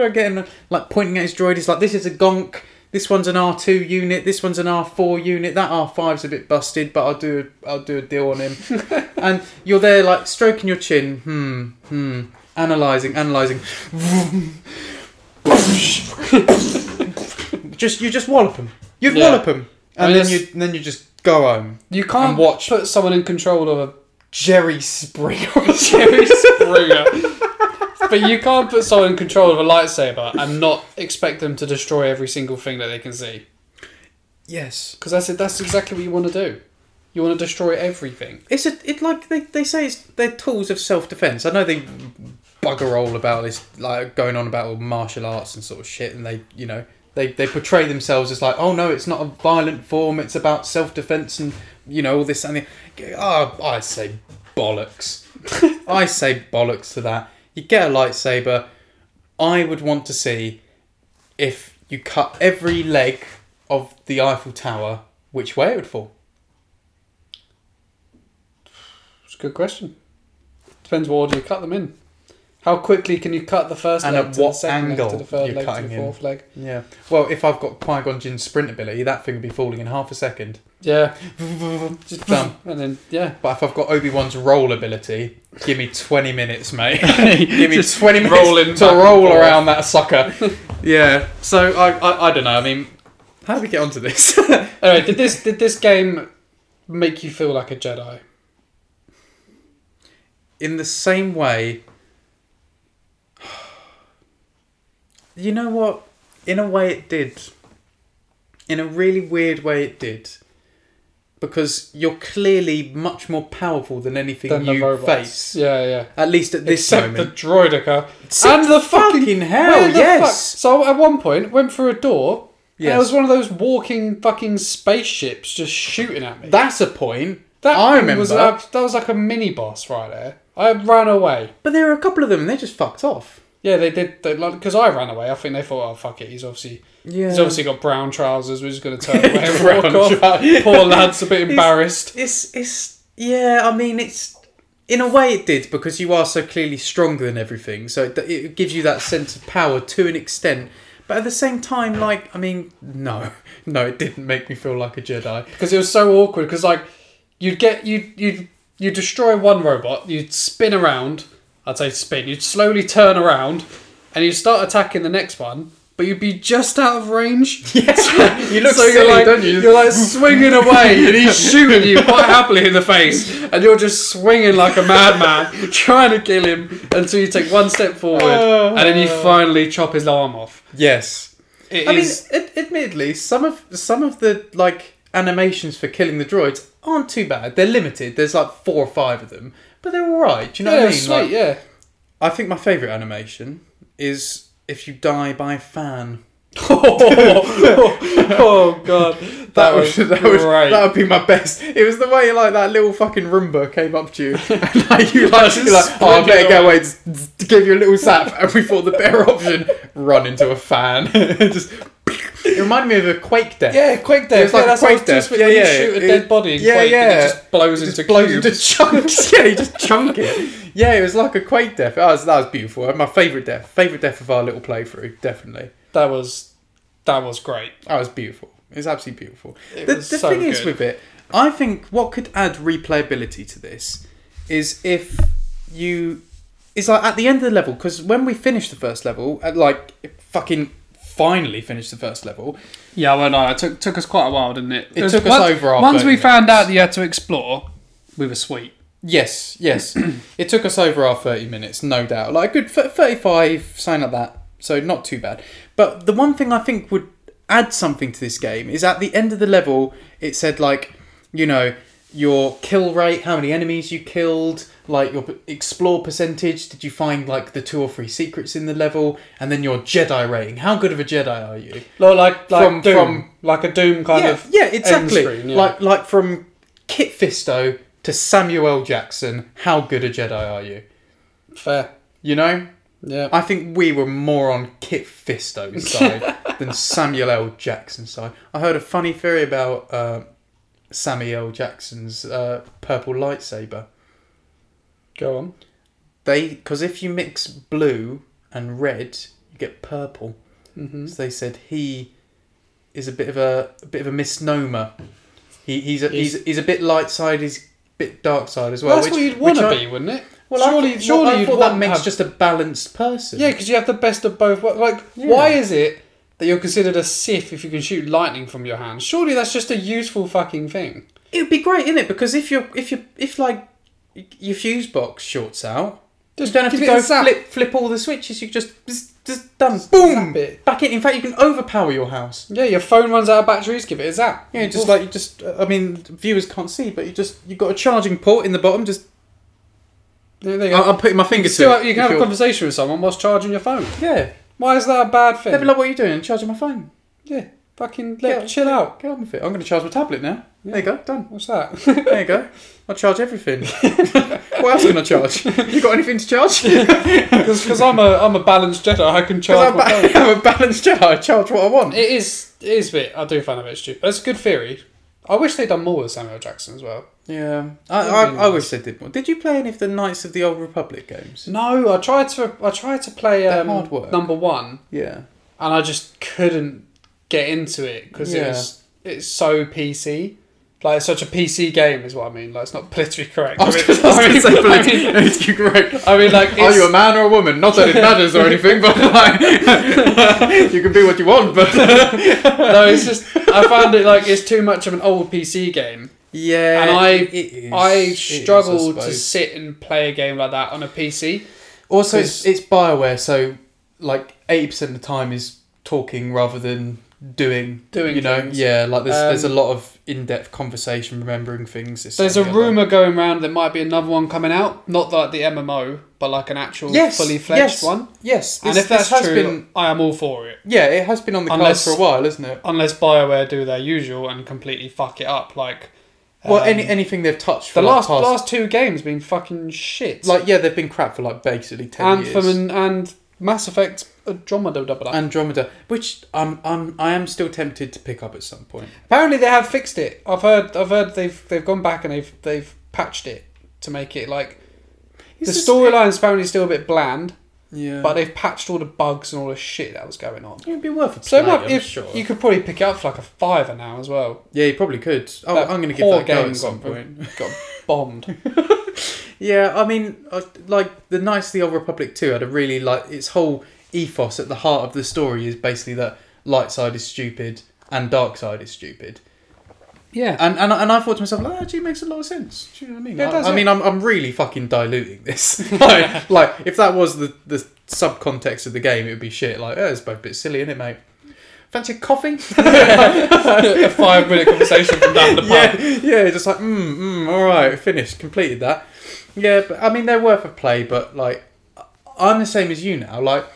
[SPEAKER 2] again, like pointing at his droid. He's like, this is a gonk. This one's an R two unit. This one's an R four unit. That R 5s a bit busted, but I'll do a, I'll do a deal on
[SPEAKER 1] (laughs)
[SPEAKER 2] him. and you're there, like stroking your chin, hmm, hmm, analyzing, analyzing. (laughs) just you just wallop him. You'd
[SPEAKER 1] Yeah.
[SPEAKER 2] wallop him,
[SPEAKER 1] I
[SPEAKER 2] and
[SPEAKER 1] mean,
[SPEAKER 2] then you
[SPEAKER 1] it's-
[SPEAKER 2] then you just go home.
[SPEAKER 1] You can't
[SPEAKER 2] And watch.
[SPEAKER 1] put someone in control of a
[SPEAKER 2] Jerry (laughs) Springer.
[SPEAKER 1] Jerry Springer. But you can't put someone in control of a lightsaber and not expect them to destroy every single thing that they can see.
[SPEAKER 2] yes.
[SPEAKER 1] Because that's it. That's exactly what you want to do. You want to destroy everything.
[SPEAKER 2] It's a it like they, they say it's they're tools of self defense. I know they bugger all about this like going on about all martial arts and sort of shit, and they you know they they portray themselves as like oh no it's not a violent form it's about self defense and you know all this and the, oh, I say bollocks. I say bollocks to that. You get a lightsaber. I would want to see if you cut every leg of the Eiffel Tower, which way it would fall.
[SPEAKER 1] It's a good question. Depends what order you cut them in. How quickly can you cut the first
[SPEAKER 2] And
[SPEAKER 1] leg
[SPEAKER 2] at
[SPEAKER 1] to the
[SPEAKER 2] what
[SPEAKER 1] second leg to
[SPEAKER 2] angle
[SPEAKER 1] the third
[SPEAKER 2] you're
[SPEAKER 1] leg to
[SPEAKER 2] cutting
[SPEAKER 1] the
[SPEAKER 2] in?
[SPEAKER 1] fourth leg?
[SPEAKER 2] Yeah. Well, if I've got Qui Gon Jinn's sprint ability, that thing would be falling in half a (laughs) second.
[SPEAKER 1] Yeah,
[SPEAKER 2] (laughs) Just done.
[SPEAKER 1] and then yeah,
[SPEAKER 2] But if I've got Obi Wan's roll ability, give me twenty minutes, (laughs) mate. give me
[SPEAKER 1] Just
[SPEAKER 2] twenty minutes
[SPEAKER 1] rolling
[SPEAKER 2] to
[SPEAKER 1] back and
[SPEAKER 2] roll
[SPEAKER 1] forth.
[SPEAKER 2] around that sucker. (laughs) yeah. So I, I, I don't know. I mean, how do we get onto this? (laughs)
[SPEAKER 1] Alright, did this did this game make you feel like a Jedi?
[SPEAKER 2] in the same way (sighs) you know what in a way it did in a really weird way it did because you're clearly much more powerful than anything
[SPEAKER 1] Than the
[SPEAKER 2] you
[SPEAKER 1] robots.
[SPEAKER 2] face
[SPEAKER 1] Yeah, yeah.
[SPEAKER 2] at least at this
[SPEAKER 1] Except
[SPEAKER 2] moment
[SPEAKER 1] the droidica
[SPEAKER 2] Except
[SPEAKER 1] and the
[SPEAKER 2] fucking
[SPEAKER 1] fucking,
[SPEAKER 2] hell,
[SPEAKER 1] where the
[SPEAKER 2] yes.
[SPEAKER 1] fuck- So at one point went through a door. Yeah, And
[SPEAKER 2] Yes.
[SPEAKER 1] it was one of those walking fucking spaceships just shooting at me.
[SPEAKER 2] that's a point
[SPEAKER 1] That
[SPEAKER 2] i
[SPEAKER 1] thing
[SPEAKER 2] remember
[SPEAKER 1] Was, ab- that was like a mini boss right there. I ran away.
[SPEAKER 2] but there were a couple of them and they just fucked off
[SPEAKER 1] Yeah, they did. They because I ran away. I think they thought, "Oh fuck it, he's obviously
[SPEAKER 2] Yeah.
[SPEAKER 1] he's obviously got brown trousers. We're just gonna
[SPEAKER 2] (laughs)
[SPEAKER 1] turn away and
[SPEAKER 2] Brown
[SPEAKER 1] walk off."
[SPEAKER 2] trousers. (laughs)
[SPEAKER 1] Poor lad's a bit embarrassed.
[SPEAKER 2] It's it's yeah. I mean, it's in a way it did because you are so clearly stronger than everything. So it, it gives you that sense of power to an extent. But at the same time, like I mean, no, (laughs) no, it didn't make me feel like a Jedi.
[SPEAKER 1] because it was so awkward. Because like you'd get you you you destroy one robot, you'd spin around. I'd say spin. You'd slowly turn around, and you'd start attacking the next one. But you'd be just out of range.
[SPEAKER 2] (laughs)
[SPEAKER 1] Yes,
[SPEAKER 2] You look
[SPEAKER 1] so
[SPEAKER 2] silly,
[SPEAKER 1] you're like,
[SPEAKER 2] don't you?
[SPEAKER 1] are like swinging away, and
[SPEAKER 2] (laughs)
[SPEAKER 1] he's shooting you quite happily in the face, and you're just swinging like a madman, (laughs) trying to kill him until you take one step forward, and then
[SPEAKER 2] Uh.
[SPEAKER 1] you finally chop his arm off.
[SPEAKER 2] Yes,
[SPEAKER 1] It is
[SPEAKER 2] I mean, ad- admittedly, some of some of the like animations for killing the droids aren't too bad. They're limited. There's like four or five of them, but they're all right. Do you know
[SPEAKER 1] yeah,
[SPEAKER 2] what I mean?
[SPEAKER 1] sweet,
[SPEAKER 2] Like,
[SPEAKER 1] yeah. (laughs)
[SPEAKER 2] I think my favorite animation is if you die by a fan.
[SPEAKER 1] oh, god, that,
[SPEAKER 2] That,
[SPEAKER 1] was,
[SPEAKER 2] would (laughs) that
[SPEAKER 1] great.
[SPEAKER 2] would that would be my best. It was the way like that little fucking Roomba came up to you, and like you like, you're like oh, I
[SPEAKER 1] Split
[SPEAKER 2] better
[SPEAKER 1] it
[SPEAKER 2] go away, z- z- to give you a little zap, (laughs) and we thought the better option run into a fan. (laughs) just it reminded me of a quake death.
[SPEAKER 1] yeah, quick death.
[SPEAKER 2] It's like
[SPEAKER 1] yeah, that's
[SPEAKER 2] Quake
[SPEAKER 1] what I was just when
[SPEAKER 2] Death. Yeah,
[SPEAKER 1] you
[SPEAKER 2] yeah,
[SPEAKER 1] shoot a
[SPEAKER 2] it-
[SPEAKER 1] dead body in
[SPEAKER 2] yeah,
[SPEAKER 1] Quake and
[SPEAKER 2] yeah.
[SPEAKER 1] it just blows
[SPEAKER 2] It just
[SPEAKER 1] into
[SPEAKER 2] blows
[SPEAKER 1] cubes.
[SPEAKER 2] into chunks. yeah, you just chunk it. Yeah, it was like a quake death. That was, that was beautiful. My favorite death, favorite death of our little playthrough, definitely.
[SPEAKER 1] That was that was great.
[SPEAKER 2] That was Oh, beautiful. It was absolutely beautiful.
[SPEAKER 1] It
[SPEAKER 2] the
[SPEAKER 1] was
[SPEAKER 2] the
[SPEAKER 1] so
[SPEAKER 2] thing is
[SPEAKER 1] good.
[SPEAKER 2] with it, I think what could add replayability to this is if you. It's like at the end of the level, because when we finished the first level, at like fucking finally finished the first level,
[SPEAKER 1] Yeah, well, no, it took took us quite a while, didn't it? It
[SPEAKER 2] took us over our
[SPEAKER 1] Once we
[SPEAKER 2] 30
[SPEAKER 1] found out that you had to explore, we were sweet.
[SPEAKER 2] Yes, yes. it took us over our 30 minutes, no doubt. Like a good th- 35, something like that. So not too bad. But the one thing I think would add something to this game is at the end of the level, it said, like, you know, your kill rate, how many enemies you killed, like your p- explore percentage, did you find like the two or three secrets in the level, and then your Jedi rating. How good of a Jedi are you?
[SPEAKER 1] Like like, like
[SPEAKER 2] From-
[SPEAKER 1] Doom,
[SPEAKER 2] from-
[SPEAKER 1] like a Doom kind
[SPEAKER 2] yeah,
[SPEAKER 1] of
[SPEAKER 2] yeah,
[SPEAKER 1] end
[SPEAKER 2] exactly.
[SPEAKER 1] screen, yeah.
[SPEAKER 2] Like like from Kit Fisto to Samuel Jackson, how good a Jedi are you?
[SPEAKER 1] fair.
[SPEAKER 2] You know,
[SPEAKER 1] Yeah,
[SPEAKER 2] I think we were more on Kit
[SPEAKER 1] (laughs)
[SPEAKER 2] Fisto's side than Samuel L. Jackson's side. I heard a funny theory about uh, Samuel L. Jackson's uh, purple lightsaber.
[SPEAKER 1] go on.
[SPEAKER 2] They because if you mix blue and red, you get purple.
[SPEAKER 1] Mm-hmm.
[SPEAKER 2] So they said he is a bit of a, a bit of a misnomer. He, he's, a, he's
[SPEAKER 1] He's-
[SPEAKER 2] he's a bit light side. He's a bit dark side as well.
[SPEAKER 1] Well, that's
[SPEAKER 2] which-
[SPEAKER 1] what you'd
[SPEAKER 2] which
[SPEAKER 1] want to
[SPEAKER 2] I-
[SPEAKER 1] be, wouldn't it?
[SPEAKER 2] Well,
[SPEAKER 1] surely,
[SPEAKER 2] I, thought-
[SPEAKER 1] surely
[SPEAKER 2] I
[SPEAKER 1] you'd
[SPEAKER 2] thought
[SPEAKER 1] want
[SPEAKER 2] that
[SPEAKER 1] to
[SPEAKER 2] makes
[SPEAKER 1] have-
[SPEAKER 2] just a balanced person.
[SPEAKER 1] yeah, because you have the best of both. wor- Like, why is it that you're considered a Sith if you can shoot lightning from your hand? Surely that's just a useful fucking thing.
[SPEAKER 2] It would be great, innit? Because if your if you if like your fuse box shorts out, You don't have
[SPEAKER 1] give
[SPEAKER 2] to
[SPEAKER 1] it a
[SPEAKER 2] go
[SPEAKER 1] zap.
[SPEAKER 2] flip flip all the switches. You just just, just done. Boom.
[SPEAKER 1] Zap it.
[SPEAKER 2] Back in. In fact, you can overpower your house.
[SPEAKER 1] Yeah, your phone runs out of batteries. Give it a zap.
[SPEAKER 2] Yeah, just like you just. uh, I mean, viewers can't see, but you just you got a charging port in the bottom. Just
[SPEAKER 1] There you
[SPEAKER 2] I,
[SPEAKER 1] go.
[SPEAKER 2] I'm putting my finger
[SPEAKER 1] You, still,
[SPEAKER 2] to. it,
[SPEAKER 1] you can have a
[SPEAKER 2] feel-
[SPEAKER 1] conversation with someone whilst charging your phone.
[SPEAKER 2] Yeah.
[SPEAKER 1] Why is that a bad thing?
[SPEAKER 2] They'd be like, "What are you doing? Charging my phone?
[SPEAKER 1] yeah, fucking
[SPEAKER 2] Yeah,
[SPEAKER 1] let, chill out.
[SPEAKER 2] Get on with it. I'm going to charge my tablet now. There you go. Done.
[SPEAKER 1] What's that? (laughs)
[SPEAKER 2] There you go. I charge everything. (laughs) what else can I charge? You got anything to (laughs) charge?
[SPEAKER 1] Because I'm a I'm a balanced Jedi. I
[SPEAKER 2] (laughs)
[SPEAKER 1] can
[SPEAKER 2] Because
[SPEAKER 1] charge
[SPEAKER 2] I'm,
[SPEAKER 1] my phone.
[SPEAKER 2] ba- I'm a balanced Jedi. I charge what I want.
[SPEAKER 1] It is it is a bit. I do find it a bit stupid. That's a good theory. I wish they'd done more with Samuel Jackson as well.
[SPEAKER 2] Yeah, I, I, I wish they did more. Did you play any of the Knights of the Old Republic games?
[SPEAKER 1] No, I tried to I tried to play
[SPEAKER 2] They're
[SPEAKER 1] um,
[SPEAKER 2] hard work.
[SPEAKER 1] number one,
[SPEAKER 2] Yeah.
[SPEAKER 1] and I just couldn't get into it because
[SPEAKER 2] Yeah.
[SPEAKER 1] it's it's so PC. Like it's such a PC game is what I mean. Like it's not politically correct.
[SPEAKER 2] (laughs) I was
[SPEAKER 1] mean-
[SPEAKER 2] going to
[SPEAKER 1] (laughs)
[SPEAKER 2] say,
[SPEAKER 1] I mean-
[SPEAKER 2] (laughs) politically correct.
[SPEAKER 1] I mean, like,
[SPEAKER 2] Are
[SPEAKER 1] it's,
[SPEAKER 2] you a man or a woman? Not
[SPEAKER 1] (laughs)
[SPEAKER 2] that it matters or anything, but like, you can be what you want. But
[SPEAKER 1] no, it's just I found it like it's too much of an old PC game,
[SPEAKER 2] yeah,
[SPEAKER 1] and I
[SPEAKER 2] it is. It
[SPEAKER 1] I
[SPEAKER 2] is,
[SPEAKER 1] struggle to
[SPEAKER 2] suppose.
[SPEAKER 1] sit and play a game like that on a PC.
[SPEAKER 2] Also,
[SPEAKER 1] 'Cause-
[SPEAKER 2] it's, it's Bioware, so like eighty percent of the time is talking rather than doing.
[SPEAKER 1] Doing
[SPEAKER 2] you know,
[SPEAKER 1] things.
[SPEAKER 2] yeah. Like there's there's a
[SPEAKER 1] Um,
[SPEAKER 2] lot of in depth conversation, remembering things. this,
[SPEAKER 1] There's a
[SPEAKER 2] that, and the other.
[SPEAKER 1] rumor going around there might be another one coming out, not like the MMO, but like an actual
[SPEAKER 2] Yes,
[SPEAKER 1] fully fledged
[SPEAKER 2] yes,
[SPEAKER 1] one.
[SPEAKER 2] Yes,
[SPEAKER 1] And
[SPEAKER 2] this-
[SPEAKER 1] if that's
[SPEAKER 2] this has
[SPEAKER 1] true,
[SPEAKER 2] been
[SPEAKER 1] I am all for it.
[SPEAKER 2] yeah, it has been on the
[SPEAKER 1] Unless-
[SPEAKER 2] cards for a while, isn't it?
[SPEAKER 1] Unless Bioware do their usual and completely fuck it up, like
[SPEAKER 2] Well,
[SPEAKER 1] um,
[SPEAKER 2] any anything they've touched for
[SPEAKER 1] the
[SPEAKER 2] like,
[SPEAKER 1] last
[SPEAKER 2] past-
[SPEAKER 1] last two games been fucking shit.
[SPEAKER 2] like yeah, they've been crap for like basically ten
[SPEAKER 1] Anthem
[SPEAKER 2] years.
[SPEAKER 1] and, and Mass Effect uh, Andromeda. Double that.
[SPEAKER 2] Andromeda, which I'm I'm I am still tempted to pick up at some point.
[SPEAKER 1] Apparently they have fixed it. I've heard I've heard they've they've gone back and they've they've patched it to make it like
[SPEAKER 2] Is
[SPEAKER 1] the
[SPEAKER 2] this-
[SPEAKER 1] storyline's apparently still a bit bland,
[SPEAKER 2] yeah,
[SPEAKER 1] but they've patched all the bugs and all the shit that was going on.
[SPEAKER 2] it'd be worth it.
[SPEAKER 1] So
[SPEAKER 2] So
[SPEAKER 1] it might,
[SPEAKER 2] I'm
[SPEAKER 1] if,
[SPEAKER 2] sure.
[SPEAKER 1] you could probably pick it up for like a fiver now as well.
[SPEAKER 2] yeah, you probably could. Oh,
[SPEAKER 1] That
[SPEAKER 2] I'm going to give
[SPEAKER 1] poor
[SPEAKER 2] that a go
[SPEAKER 1] game
[SPEAKER 2] at some
[SPEAKER 1] got-
[SPEAKER 2] point.
[SPEAKER 1] Got bombed.
[SPEAKER 2] (laughs) Yeah, I mean, uh, like the Knights of the Old Republic too had a really like its whole ethos at the heart of the story is basically that light side is stupid and dark side is stupid.
[SPEAKER 1] yeah.
[SPEAKER 2] And and, and I thought to myself, like, that actually makes a lot of sense. Do you know what I mean?
[SPEAKER 1] Yeah, it
[SPEAKER 2] I,
[SPEAKER 1] does,
[SPEAKER 2] I
[SPEAKER 1] yeah.
[SPEAKER 2] mean, I'm, I'm really fucking diluting this. (laughs) like, like if that was the the subcontext of the game, it would be shit. Like, oh, it's both a bit silly, isn't it, mate? Fancy
[SPEAKER 1] (laughs)
[SPEAKER 2] a coffee?
[SPEAKER 1] a five minute conversation from down the pub.
[SPEAKER 2] yeah, yeah, just like, mm, mm, all right, finished, completed that. Yeah, but I mean, they're worth a play, but like, I- I'm the same as you now. Like,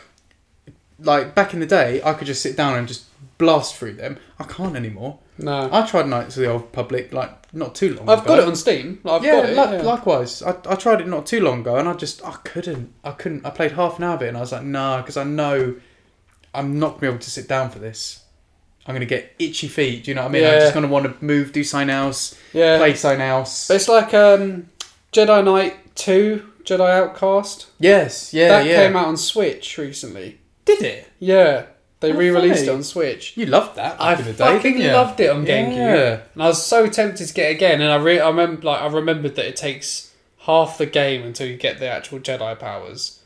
[SPEAKER 2] like back in the day, I could just sit down and just blast through them. I can't anymore.
[SPEAKER 1] No.
[SPEAKER 2] I tried Knights of the Old Public like not too long.
[SPEAKER 1] I've
[SPEAKER 2] ago.
[SPEAKER 1] got it on Steam. Like, I've
[SPEAKER 2] yeah,
[SPEAKER 1] got it.
[SPEAKER 2] li-
[SPEAKER 1] yeah.
[SPEAKER 2] likewise. I, I tried it not too long ago, and I just I couldn't. I couldn't. I played half an hour of it, and I was like, nah, because I know I'm not gonna be able to sit down for this. I'm gonna get itchy feet. Do you know what I mean?
[SPEAKER 1] Yeah.
[SPEAKER 2] I'm just gonna want to move, do something else,
[SPEAKER 1] yeah.
[SPEAKER 2] play something else.
[SPEAKER 1] But it's like um, Jedi Knight 2, Jedi Outcast.
[SPEAKER 2] yes, yeah,
[SPEAKER 1] that
[SPEAKER 2] yeah.
[SPEAKER 1] came out on Switch recently.
[SPEAKER 2] Did it?
[SPEAKER 1] Yeah. They
[SPEAKER 2] Oh,
[SPEAKER 1] re released it
[SPEAKER 2] funny.
[SPEAKER 1] on Switch.
[SPEAKER 2] You loved that. back in the day, didn't you?
[SPEAKER 1] loved it on GameCube.
[SPEAKER 2] Yeah.
[SPEAKER 1] And I was so tempted to get it again, and I re- I remember like I remembered that it takes half the game until you get the actual Jedi powers.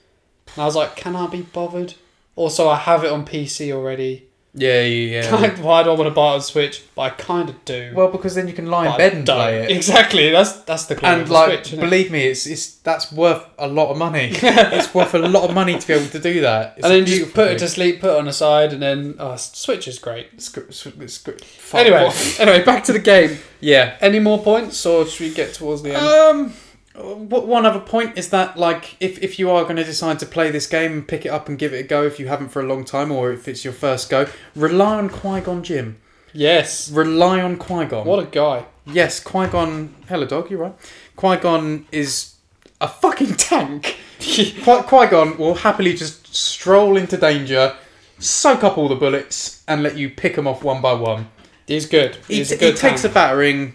[SPEAKER 1] And I was like, can I be bothered? Also, I have it on PC already.
[SPEAKER 2] Yeah, yeah, yeah.
[SPEAKER 1] (laughs) Like, why do I want to buy it on Switch? But I kind of do.
[SPEAKER 2] well, because then you can lie
[SPEAKER 1] but I
[SPEAKER 2] in bed and
[SPEAKER 1] don't.
[SPEAKER 2] play it.
[SPEAKER 1] Exactly. That's that's the glory
[SPEAKER 2] And
[SPEAKER 1] of the
[SPEAKER 2] like,
[SPEAKER 1] Switch, isn't it?
[SPEAKER 2] believe me, it's it's that's worth a lot
[SPEAKER 1] (laughs)
[SPEAKER 2] of money. it's worth a lot of money to be able to do that. It's
[SPEAKER 1] and
[SPEAKER 2] a
[SPEAKER 1] then you
[SPEAKER 2] beautiful
[SPEAKER 1] put it
[SPEAKER 2] thing.
[SPEAKER 1] to sleep, put it on the side, and then oh, Switch is great.
[SPEAKER 2] Script, script, script.
[SPEAKER 1] anyway, (laughs) anyway, back to the game.
[SPEAKER 2] yeah.
[SPEAKER 1] Any more points, or should we get towards the end?
[SPEAKER 2] Um, what one other point is that like if if you are going to decide to play this game and pick it up and give it a go if you haven't for a long time or if it's your first go, rely on Qui Gon Jim.
[SPEAKER 1] yes.
[SPEAKER 2] Rely on Qui Gon.
[SPEAKER 1] What a guy. (laughs)
[SPEAKER 2] Yes, Qui Gon. Hello, dog. You're right. Qui Gon is a fucking tank. Qui Gon will happily just stroll into danger, soak up all the bullets, and let you pick them off one by one.
[SPEAKER 1] He's good.
[SPEAKER 2] he,
[SPEAKER 1] He's
[SPEAKER 2] t-
[SPEAKER 1] a good
[SPEAKER 2] he takes a
[SPEAKER 1] tank.
[SPEAKER 2] battering,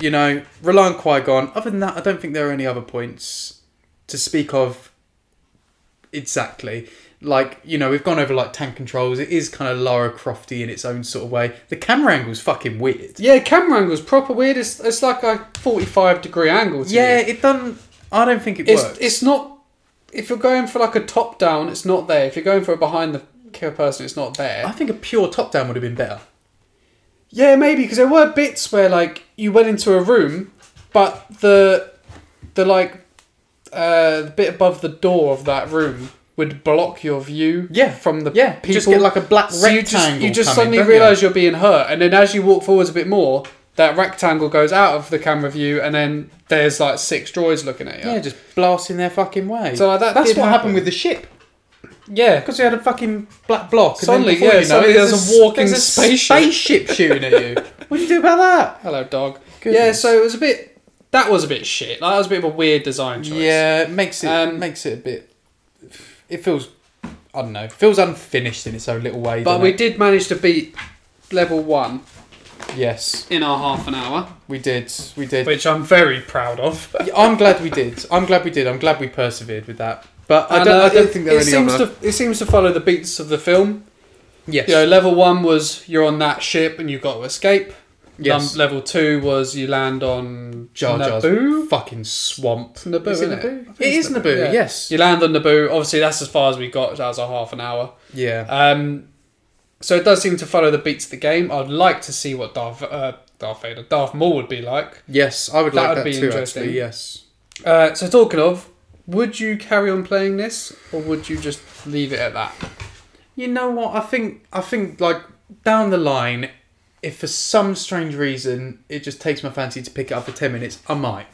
[SPEAKER 2] you know, rely on Qui Gon. Other than that, I don't think there are any other points to speak of exactly. Like, you know, we've gone over like tank controls. It is kind of Lara Crofty in its own sort of way. The camera angle's fucking weird.
[SPEAKER 1] Yeah, camera angle's proper weird. It's, it's like a 45 degree angle to
[SPEAKER 2] Yeah,
[SPEAKER 1] you.
[SPEAKER 2] it doesn't. I don't think it
[SPEAKER 1] It's,
[SPEAKER 2] works.
[SPEAKER 1] it's not. If you're going for like a top down, it's not there. If you're going for a behind the kill person, it's not
[SPEAKER 2] I
[SPEAKER 1] there.
[SPEAKER 2] think a pure top down would have been better.
[SPEAKER 1] Yeah, maybe, because there were bits where like you went into a room, but the. the like. uh, the bit above the door of that room would block your view
[SPEAKER 2] Yeah.
[SPEAKER 1] from the
[SPEAKER 2] Yeah,
[SPEAKER 1] people.
[SPEAKER 2] just get like a black
[SPEAKER 1] so you just,
[SPEAKER 2] rectangle
[SPEAKER 1] you just
[SPEAKER 2] coming,
[SPEAKER 1] suddenly
[SPEAKER 2] don't you?
[SPEAKER 1] realise you're being hurt, and then as you walk forwards a bit more, that rectangle goes out of the camera view, and then there's like six droids looking at you.
[SPEAKER 2] Yeah, just blasting their fucking way.
[SPEAKER 1] So, like, that
[SPEAKER 2] that's
[SPEAKER 1] did
[SPEAKER 2] what
[SPEAKER 1] happen.
[SPEAKER 2] happened with the ship
[SPEAKER 1] yeah.
[SPEAKER 2] because we had a fucking black block. and then
[SPEAKER 1] Suddenly,
[SPEAKER 2] before
[SPEAKER 1] yeah,
[SPEAKER 2] you know
[SPEAKER 1] suddenly
[SPEAKER 2] it,
[SPEAKER 1] there's a walking
[SPEAKER 2] there's
[SPEAKER 1] spaceship.
[SPEAKER 2] spaceship shooting at you. (laughs) What do you do about that?
[SPEAKER 1] Hello, dog. Yeah,
[SPEAKER 2] Goodness.
[SPEAKER 1] so it was a bit. That was a bit shit. Like, that was a bit of a weird design choice.
[SPEAKER 2] Yeah, it makes it
[SPEAKER 1] Um,
[SPEAKER 2] makes it a bit. It feels, I don't know, it feels unfinished in its own little way.
[SPEAKER 1] But
[SPEAKER 2] doesn't
[SPEAKER 1] we
[SPEAKER 2] it?
[SPEAKER 1] did manage to beat level one
[SPEAKER 2] Yes,
[SPEAKER 1] in our half an hour,
[SPEAKER 2] we did. We did.
[SPEAKER 1] which I'm very proud of. (laughs)
[SPEAKER 2] Yeah, I'm glad we did. I'm glad we did. I'm glad we persevered with that. But I
[SPEAKER 1] And,
[SPEAKER 2] don't.
[SPEAKER 1] uh,
[SPEAKER 2] I don't
[SPEAKER 1] it-
[SPEAKER 2] think there are
[SPEAKER 1] it
[SPEAKER 2] any
[SPEAKER 1] seems
[SPEAKER 2] other.
[SPEAKER 1] To, it seems to follow the beats of the film.
[SPEAKER 2] yes.
[SPEAKER 1] You know, level one was you're on that ship and you've got to escape.
[SPEAKER 2] Yes.
[SPEAKER 1] Num- level two was you land on
[SPEAKER 2] Jar Jar's
[SPEAKER 1] Naboo.
[SPEAKER 2] fucking swamp.
[SPEAKER 1] Naboo,
[SPEAKER 2] Is it
[SPEAKER 1] innit?
[SPEAKER 2] Naboo?
[SPEAKER 1] I think
[SPEAKER 2] It
[SPEAKER 1] it's
[SPEAKER 2] is Naboo.
[SPEAKER 1] yeah.
[SPEAKER 2] Yes.
[SPEAKER 1] You land on Naboo. Obviously, that's as far as we got. That was a half an hour.
[SPEAKER 2] Yeah.
[SPEAKER 1] Um, so it does seem to follow the beats of the game. I'd like to see what Darth uh, Darth Vader, Darth Maul would be like.
[SPEAKER 2] Yes, I would
[SPEAKER 1] That
[SPEAKER 2] like
[SPEAKER 1] would
[SPEAKER 2] that
[SPEAKER 1] be
[SPEAKER 2] too.
[SPEAKER 1] interesting.
[SPEAKER 2] Actually, yes.
[SPEAKER 1] Uh, so talking of, would you carry on playing this, or would you just leave it at that?
[SPEAKER 2] You know what? I think I think like down the line, if for some strange reason it just takes my fancy to pick it up for ten minutes, I might.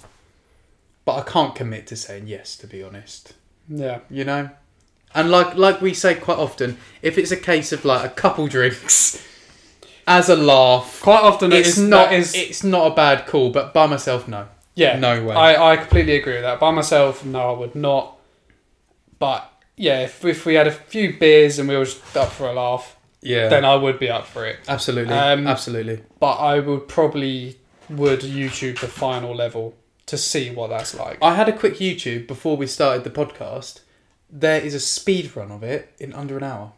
[SPEAKER 2] But I can't commit to saying yes, to be honest.
[SPEAKER 1] Yeah.
[SPEAKER 2] You know, and like like we say quite often, if it's a case of like a couple drinks, (laughs) as a laugh,
[SPEAKER 1] Quite often
[SPEAKER 2] it's not
[SPEAKER 1] Is,
[SPEAKER 2] it's not a bad call. But by myself, no.
[SPEAKER 1] yeah.
[SPEAKER 2] no way.
[SPEAKER 1] I, I completely agree with that. By myself, no, I would not. But yeah, if, if we had a few beers and we were just up for a laugh,
[SPEAKER 2] Yeah.
[SPEAKER 1] then I would be up for it.
[SPEAKER 2] absolutely,
[SPEAKER 1] Um,
[SPEAKER 2] absolutely.
[SPEAKER 1] But I would probably would YouTube the final level to see what that's like.
[SPEAKER 2] I had a quick YouTube before we started the podcast. There is a speed run of it in under an hour.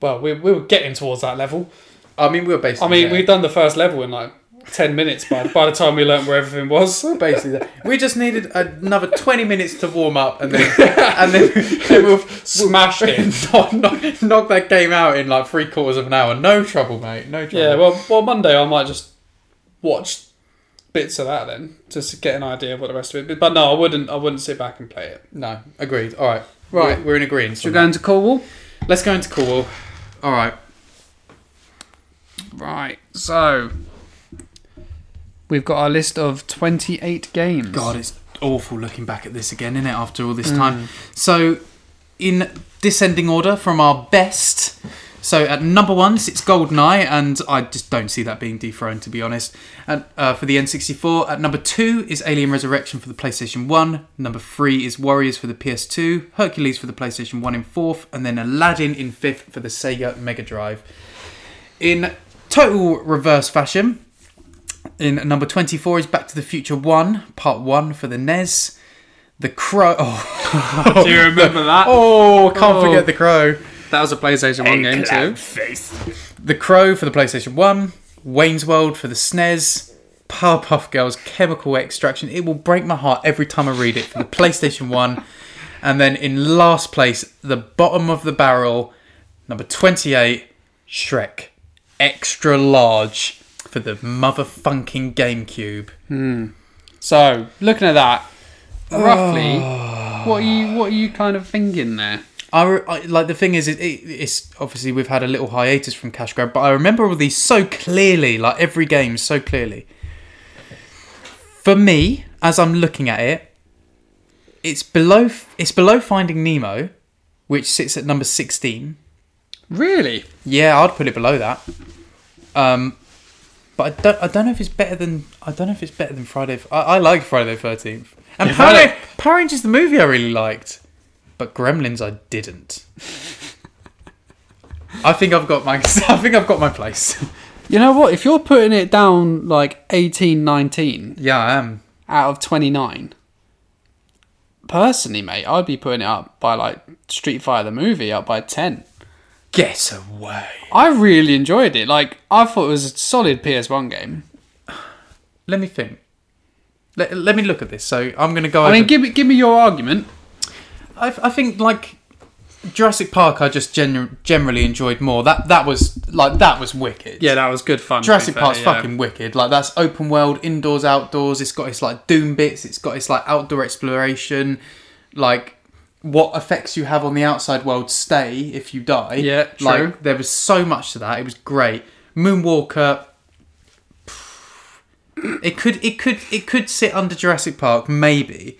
[SPEAKER 1] Well, we, we were getting towards that level.
[SPEAKER 2] I mean, we were basically.
[SPEAKER 1] I mean,
[SPEAKER 2] there.
[SPEAKER 1] we'd done the first level in like 10 minutes by, by the time we learnt where everything was. (laughs)
[SPEAKER 2] We're (laughs) basically. There. We just needed another twenty minutes to warm up,
[SPEAKER 1] (laughs)
[SPEAKER 2] and then and then, then we'll
[SPEAKER 1] Smashed it.
[SPEAKER 2] knock, knock, knock that game out in like three quarters of an hour. No trouble, mate. No trouble.
[SPEAKER 1] Yeah, well, well, Monday I might just watch bits of that then, just to get an idea of what the rest of it. But no, I wouldn't. I wouldn't sit back and play it.
[SPEAKER 2] no, agreed. All right,
[SPEAKER 1] Right.
[SPEAKER 2] We're, we're in agreement. on
[SPEAKER 1] to Cornwall?
[SPEAKER 2] that. Let's go into Cornwall. All right.
[SPEAKER 1] Right. So we've got our list of twenty-eight games.
[SPEAKER 2] God, it's awful looking back at this again, isn't it? After all this time. So, in descending order from our best. So at number one sits Goldeneye, and I just don't see that being dethroned, to be honest. And uh, for the N64, at number two is Alien Resurrection for the PlayStation One. Number three is Warriors for the PS2. Hercules for the PlayStation One in fourth, and then Aladdin in fifth for the Sega Mega Drive. In total reverse fashion, in number 24 is Back to the Future 1, Part 1 for the NES. The Crow. Oh, (laughs)
[SPEAKER 1] Do (laughs) you remember that?
[SPEAKER 2] oh can't
[SPEAKER 1] Oh.
[SPEAKER 2] forget The Crow.
[SPEAKER 1] That was a PlayStation One game too.
[SPEAKER 2] The Crow for the PlayStation 1, Wayne's World for the SNES, Powerpuff Girls Chemical Extraction. It will break my heart every time I read it for the PlayStation 1. And then in last place, the bottom of the barrel, number 28, Shrek. Extra large for the motherfucking GameCube.
[SPEAKER 1] So looking at that, roughly, what are you what are you kind of thinking there?
[SPEAKER 2] I, re- I like the thing is it, it, it's obviously we've had a little hiatus from cash grab but i remember all these so clearly like every game so clearly for me as i'm looking at it it's below it's below finding nemo which sits at number 16
[SPEAKER 1] Really?
[SPEAKER 2] yeah i'd put it below that um but I don't, I don't know if it's better than I don't know if it's better than Friday. f- I, I like Friday the 13th. And Power,
[SPEAKER 1] Friday-
[SPEAKER 2] Power Rangers the movie I really liked. But Gremlins I didn't. I think I've got my (laughs) I think I've got my place.
[SPEAKER 1] You know what? If you're putting it down like 18, 19
[SPEAKER 2] yeah, I am.
[SPEAKER 1] out of 29, personally, mate, I'd be putting it up by like Street Fighter the movie up by 10.
[SPEAKER 2] Get away.
[SPEAKER 1] I really enjoyed it. Like, I thought it was a solid PS1 game.
[SPEAKER 2] Let me think. Let, let me look at this. So I'm gonna go.
[SPEAKER 1] I mean,
[SPEAKER 2] over-
[SPEAKER 1] give me, give me your argument.
[SPEAKER 2] I, I think like Jurassic Park, I just gen- generally enjoyed more. That that was like that was wicked.
[SPEAKER 1] Yeah, that was good fun. to be
[SPEAKER 2] Jurassic
[SPEAKER 1] fair,
[SPEAKER 2] Park's
[SPEAKER 1] yeah.
[SPEAKER 2] fucking wicked. Like that's open world, indoors, outdoors. It's got its like doom bits. It's got its like outdoor exploration. Like what effects you have on the outside world stay if you die.
[SPEAKER 1] Yeah, true.
[SPEAKER 2] Like there was so much to that. It was great. Moonwalker. (sighs) It could it could it could sit under Jurassic Park maybe,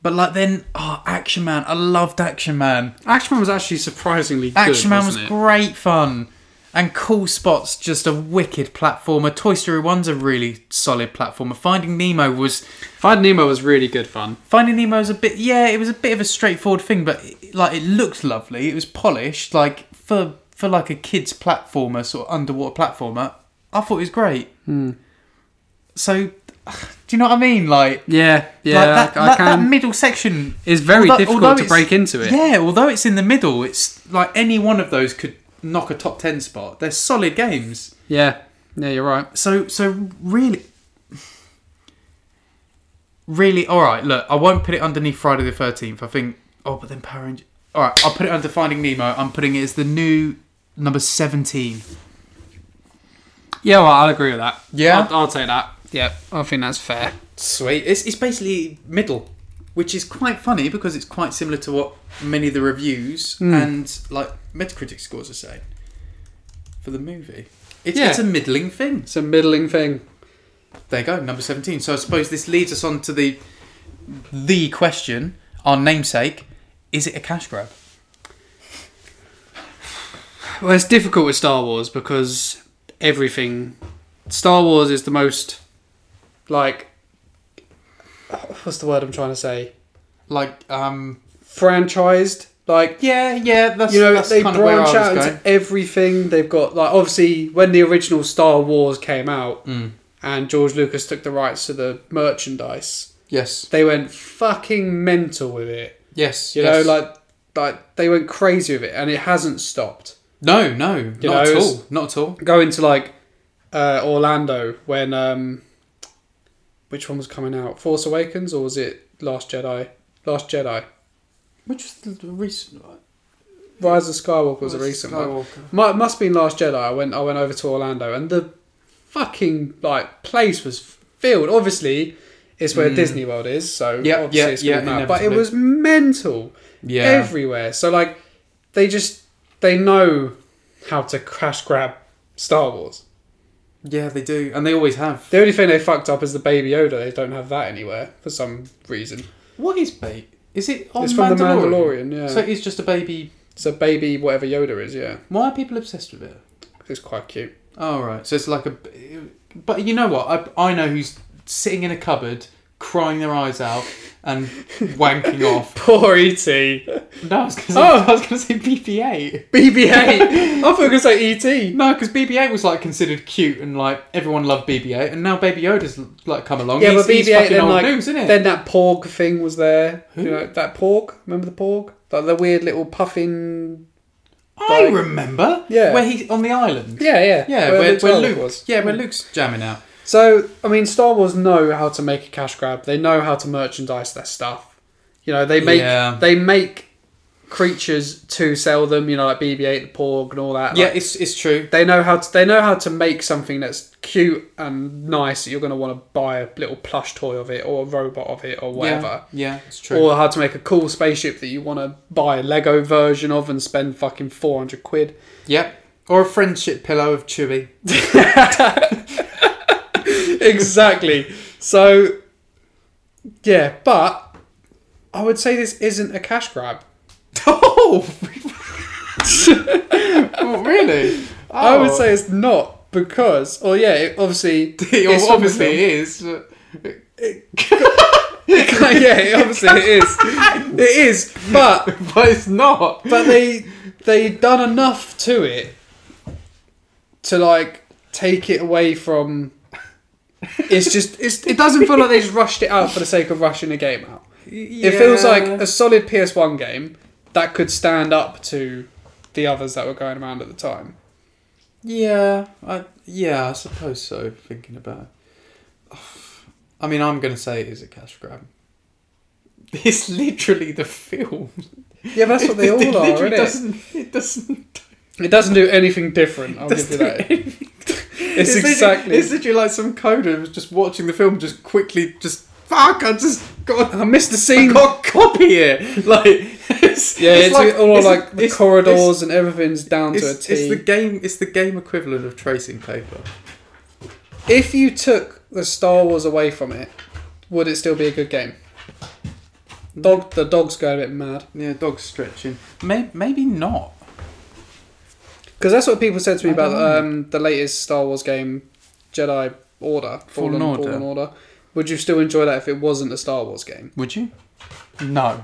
[SPEAKER 2] but like then oh Action Man I loved Action Man
[SPEAKER 1] Action Man was actually surprisingly good.
[SPEAKER 2] Action Man was
[SPEAKER 1] wasn't it?
[SPEAKER 2] great fun. And Cool Spot's just a wicked platformer. Toy Story 1's a really solid platformer. Finding Nemo was.
[SPEAKER 1] Finding Nemo was really good fun.
[SPEAKER 2] Finding Nemo's a bit. Yeah, it was a bit of a straightforward thing, but it, like it looked lovely. It was polished. Like for for like a kid's platformer, sort of underwater platformer, I thought it was great. So, (sighs) do you know what I mean? Like.
[SPEAKER 1] Yeah, yeah.
[SPEAKER 2] like that,
[SPEAKER 1] I, I
[SPEAKER 2] that,
[SPEAKER 1] can.
[SPEAKER 2] that middle section
[SPEAKER 1] it's very
[SPEAKER 2] although-
[SPEAKER 1] difficult
[SPEAKER 2] although
[SPEAKER 1] to
[SPEAKER 2] it's-
[SPEAKER 1] break into it.
[SPEAKER 2] Yeah, although it's in the middle, it's like any one of those could knock a top ten spot. They're solid games.
[SPEAKER 1] yeah, yeah. You're right.
[SPEAKER 2] So so really Really alright, look, I won't put it underneath Friday the thirteenth. I think oh but then Power Ranger Alright, I'll put it under Finding Nemo. I'm putting it as the new number seventeen.
[SPEAKER 1] Yeah, well, I'll agree with that.
[SPEAKER 2] Yeah?
[SPEAKER 1] I'll, I'll take that. Yeah, I think that's fair.
[SPEAKER 2] Sweet. It's it's basically middle. Which is quite funny because it's quite similar to what many of the reviews and like Metacritic scores are saying for the movie. It's,
[SPEAKER 1] Yeah.
[SPEAKER 2] it's a middling thing.
[SPEAKER 1] It's a middling thing.
[SPEAKER 2] There you go, number seventeen. So I suppose this leads us on to the the question, our namesake: Is it a cash grab?
[SPEAKER 1] Well, it's difficult with Star Wars because everything. Star Wars is the most, like, what's the word I'm trying to say?
[SPEAKER 2] Like, um,
[SPEAKER 1] Franchised. Like,
[SPEAKER 2] yeah, yeah, that's
[SPEAKER 1] you know,
[SPEAKER 2] that's
[SPEAKER 1] they
[SPEAKER 2] kind of where I
[SPEAKER 1] branch
[SPEAKER 2] was
[SPEAKER 1] out
[SPEAKER 2] going.
[SPEAKER 1] into everything. They've got like obviously when the original Star Wars came out,
[SPEAKER 2] Mm.
[SPEAKER 1] and George Lucas took the rights to the merchandise.
[SPEAKER 2] Yes,
[SPEAKER 1] They went fucking mental with it.
[SPEAKER 2] yes,
[SPEAKER 1] You
[SPEAKER 2] yes.
[SPEAKER 1] know, like like they went crazy with it, and it hasn't stopped.
[SPEAKER 2] no, no, not
[SPEAKER 1] You
[SPEAKER 2] at
[SPEAKER 1] know,
[SPEAKER 2] all,
[SPEAKER 1] it's-
[SPEAKER 2] not at all.
[SPEAKER 1] Go into like uh, Orlando when um, which one was coming out? Force Awakens or was it Last Jedi? Last Jedi.
[SPEAKER 2] Which was the, the recent one?
[SPEAKER 1] Rise of Skywalker was a
[SPEAKER 2] Rise
[SPEAKER 1] recent
[SPEAKER 2] of
[SPEAKER 1] one.
[SPEAKER 2] Skywalker.
[SPEAKER 1] Mu- must have been Last Jedi. I went I went over to Orlando and the fucking like place was filled. Obviously, it's
[SPEAKER 2] Mm.
[SPEAKER 1] where Disney World is, so
[SPEAKER 2] Yeah,
[SPEAKER 1] obviously
[SPEAKER 2] yeah,
[SPEAKER 1] it's gonna
[SPEAKER 2] yeah,
[SPEAKER 1] be mad. But it
[SPEAKER 2] inevitably.
[SPEAKER 1] was mental.
[SPEAKER 2] Yeah.
[SPEAKER 1] Everywhere. So like they just they know how to crash grab Star Wars.
[SPEAKER 2] Yeah, they do, and they always have.
[SPEAKER 1] The only thing they fucked up is the Baby Yoda. They don't have that anywhere for some reason.
[SPEAKER 2] What is bait? Is it on
[SPEAKER 1] It's from The
[SPEAKER 2] Mandalorian?
[SPEAKER 1] Mandalorian, yeah.
[SPEAKER 2] So it's just a baby.
[SPEAKER 1] So baby, whatever Yoda is, yeah,
[SPEAKER 2] Why are people obsessed with it?
[SPEAKER 1] it's quite cute. (laughs)
[SPEAKER 2] All Oh, right. So it's like a, but you know what? I I know who's sitting in a cupboard crying their eyes out (laughs) and wanking off.
[SPEAKER 1] Poor E (laughs) ET.
[SPEAKER 2] No, I was gonna say,
[SPEAKER 1] Oh.
[SPEAKER 2] I was gonna say BB-8. (laughs)
[SPEAKER 1] BB-8. I thought you were gonna say E ET.
[SPEAKER 2] No, because BB-8 was like considered cute and like everyone loved BB-8, and now Baby Yoda's like come along.
[SPEAKER 1] Yeah,
[SPEAKER 2] he's,
[SPEAKER 1] but
[SPEAKER 2] he's
[SPEAKER 1] BB-8
[SPEAKER 2] E fucking
[SPEAKER 1] then
[SPEAKER 2] old
[SPEAKER 1] like
[SPEAKER 2] news, isn't it?
[SPEAKER 1] then that Porg thing was there. You know that Porg? Remember the Porg? Like the weird little puffing.
[SPEAKER 2] I
[SPEAKER 1] like-
[SPEAKER 2] remember.
[SPEAKER 1] Yeah.
[SPEAKER 2] where he's on the island.
[SPEAKER 1] Yeah, yeah,
[SPEAKER 2] Yeah, where,
[SPEAKER 1] Luke
[SPEAKER 2] where
[SPEAKER 1] Skywalker
[SPEAKER 2] Luke
[SPEAKER 1] was.
[SPEAKER 2] Yeah, where Luke's jamming out.
[SPEAKER 1] So I mean, Star Wars know how to make a cash grab. They know how to merchandise their stuff. You know, they make
[SPEAKER 2] Yeah.
[SPEAKER 1] they make creatures to sell them. You know, like BB-8, the Porg, and all that.
[SPEAKER 2] Yeah,
[SPEAKER 1] Like,
[SPEAKER 2] it's it's true.
[SPEAKER 1] they know how to they know how to make something that's cute and nice that you're going to want to buy a little plush toy of it or a robot of it or whatever.
[SPEAKER 2] Yeah, yeah it's true.
[SPEAKER 1] Or how to make a cool spaceship that you want to buy a Lego version of and spend fucking 400 quid.
[SPEAKER 2] Yep. Or a friendship pillow of Chewie.
[SPEAKER 1] exactly. So, yeah, but I would say this isn't a cash grab.
[SPEAKER 2] (laughs) Oh, (laughs) really? Oh.
[SPEAKER 1] I would
[SPEAKER 2] (laughs)
[SPEAKER 1] say it's not because, or yeah, it obviously. it's from the (laughs)
[SPEAKER 2] obviously
[SPEAKER 1] film.
[SPEAKER 2] it is. but-
[SPEAKER 1] yeah, it obviously it
[SPEAKER 2] (laughs)
[SPEAKER 1] is. It is, but
[SPEAKER 2] But it's not.
[SPEAKER 1] but they they done enough to it to like take it away from. It's just it's, it doesn't feel like they just rushed it out for the sake of rushing a game out. It feels like a solid PS1 game that could stand up to the others that were going around at the time.
[SPEAKER 2] Yeah, I yeah, I suppose so. Thinking about, it. (sighs) I (laughs) mean, I'm gonna say it is a cash grab. It's literally the film.
[SPEAKER 1] Yeah, but that's what (laughs) they all
[SPEAKER 2] (laughs) it
[SPEAKER 1] are,
[SPEAKER 2] literally
[SPEAKER 1] isn't it?
[SPEAKER 2] doesn't. It doesn't.
[SPEAKER 1] It doesn't do anything different. I'll give you that.
[SPEAKER 2] doesn't do
[SPEAKER 1] It's
[SPEAKER 2] literally-
[SPEAKER 1] exactly.
[SPEAKER 2] It's literally like some coder who was just watching the film, just quickly, just fuck. I just got.
[SPEAKER 1] I missed the
[SPEAKER 2] I
[SPEAKER 1] scene.
[SPEAKER 2] can't copy it. (laughs) Like, it's,
[SPEAKER 1] Yeah, it's, all
[SPEAKER 2] it's-
[SPEAKER 1] like the
[SPEAKER 2] it's-
[SPEAKER 1] corridors and everything's down
[SPEAKER 2] It's,
[SPEAKER 1] to a
[SPEAKER 2] it's,
[SPEAKER 1] T.
[SPEAKER 2] it's the game. It's the game equivalent of tracing paper.
[SPEAKER 1] If you took the Star Wars away from it, would it still be a good game? Dog, the dog's going a bit mad
[SPEAKER 2] Yeah, dog stretching. Maybe, maybe not.
[SPEAKER 1] because that's what people said to me
[SPEAKER 2] I
[SPEAKER 1] about
[SPEAKER 2] don't know.
[SPEAKER 1] um, the latest Star Wars game, Jedi Order,
[SPEAKER 2] Fallen Order.
[SPEAKER 1] Fallen Order. Would you still enjoy that if it wasn't a Star Wars game?
[SPEAKER 2] Would you? No.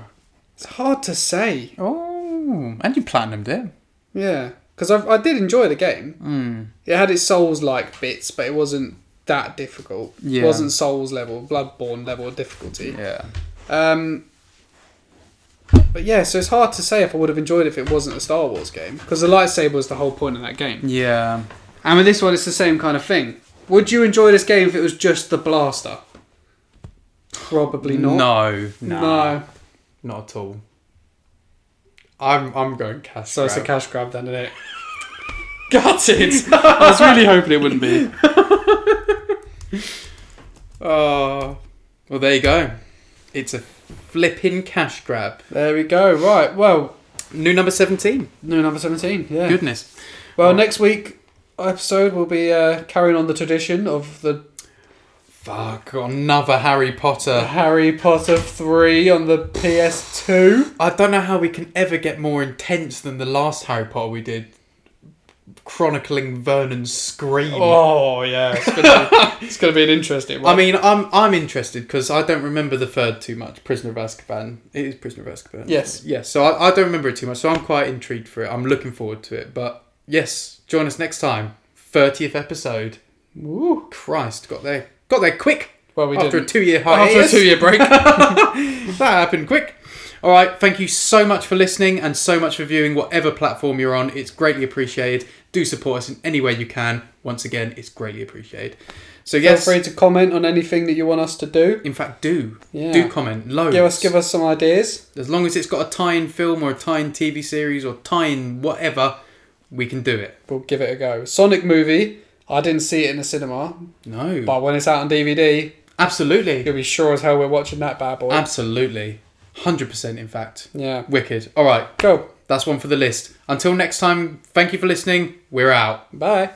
[SPEAKER 1] It's hard to say.
[SPEAKER 2] Oh, and you platinumed it.
[SPEAKER 1] Yeah, because I did enjoy the game.
[SPEAKER 2] Mm.
[SPEAKER 1] It had its Souls like bits, but it wasn't that difficult.
[SPEAKER 2] Yeah.
[SPEAKER 1] It wasn't Souls level, Bloodborne level of difficulty.
[SPEAKER 2] Yeah.
[SPEAKER 1] Um, but yeah, so it's hard to say if I would have enjoyed it if it wasn't a Star Wars game because the lightsaber was the whole point of that game.
[SPEAKER 2] Yeah.
[SPEAKER 1] And with this one, it's the same kind of thing. Would you enjoy this game if it was just the blaster? Probably not.
[SPEAKER 2] No.
[SPEAKER 1] No.
[SPEAKER 2] Not at all. I'm I'm going cash.
[SPEAKER 1] So it's a
[SPEAKER 2] grab.
[SPEAKER 1] cash grab then, isn't it?
[SPEAKER 2] Gutted. (laughs) I was really hoping it wouldn't be. (laughs) Oh. Well, there you go. It's a flipping cash grab.
[SPEAKER 1] There we go. Right. Well,
[SPEAKER 2] New number 17.
[SPEAKER 1] new number seventeen. Yeah.
[SPEAKER 2] Goodness.
[SPEAKER 1] Well, next week episode will be uh, carrying on the tradition of the
[SPEAKER 2] Fuck, another Harry Potter.
[SPEAKER 1] Harry Potter three on the PS2.
[SPEAKER 2] I don't know how we can ever get more intense than the last Harry Potter we did, chronicling Vernon's scream.
[SPEAKER 1] Oh yeah, it's gonna (laughs) be, it's gonna be an interesting one.
[SPEAKER 2] I mean, I'm I'm interested because I don't remember the third too much. Prisoner of Azkaban. It is Prisoner of Azkaban. isn't
[SPEAKER 1] Yes.
[SPEAKER 2] it? Yes. So I, I don't remember it too much. So I'm quite intrigued for it. I'm looking forward to it. But yes, join us next time. Thirtieth episode.
[SPEAKER 1] Ooh.
[SPEAKER 2] Christ, got there. Got there quick.
[SPEAKER 1] Well, we
[SPEAKER 2] after
[SPEAKER 1] didn't.
[SPEAKER 2] a two-year hiatus.
[SPEAKER 1] After a two-year (laughs) break.
[SPEAKER 2] (laughs) that happened quick. All right, thank you so much for listening and so much for viewing whatever platform you're on. It's greatly appreciated. Do support us in any way you can. Once again, it's greatly appreciated. So
[SPEAKER 1] Feel
[SPEAKER 2] yes,
[SPEAKER 1] free to comment on anything that you want us to do.
[SPEAKER 2] in fact, do
[SPEAKER 1] Yeah.
[SPEAKER 2] do comment loads.
[SPEAKER 1] Give us, give us some ideas.
[SPEAKER 2] As long as it's got a tie-in film or a tie-in TV series or tie-in whatever, we can do it.
[SPEAKER 1] We'll give it a go. Sonic movie. I didn't see it in the cinema,
[SPEAKER 2] No,
[SPEAKER 1] but when it's out on DVD,
[SPEAKER 2] absolutely,
[SPEAKER 1] you'll be sure as hell we're watching that bad
[SPEAKER 2] Um,
[SPEAKER 1] boy.
[SPEAKER 2] absolutely, hundred percent. In fact,
[SPEAKER 1] yeah.
[SPEAKER 2] wicked. All right,
[SPEAKER 1] Go.
[SPEAKER 2] that's one for the list. Until next time, thank you for listening. We're out.
[SPEAKER 1] Bye.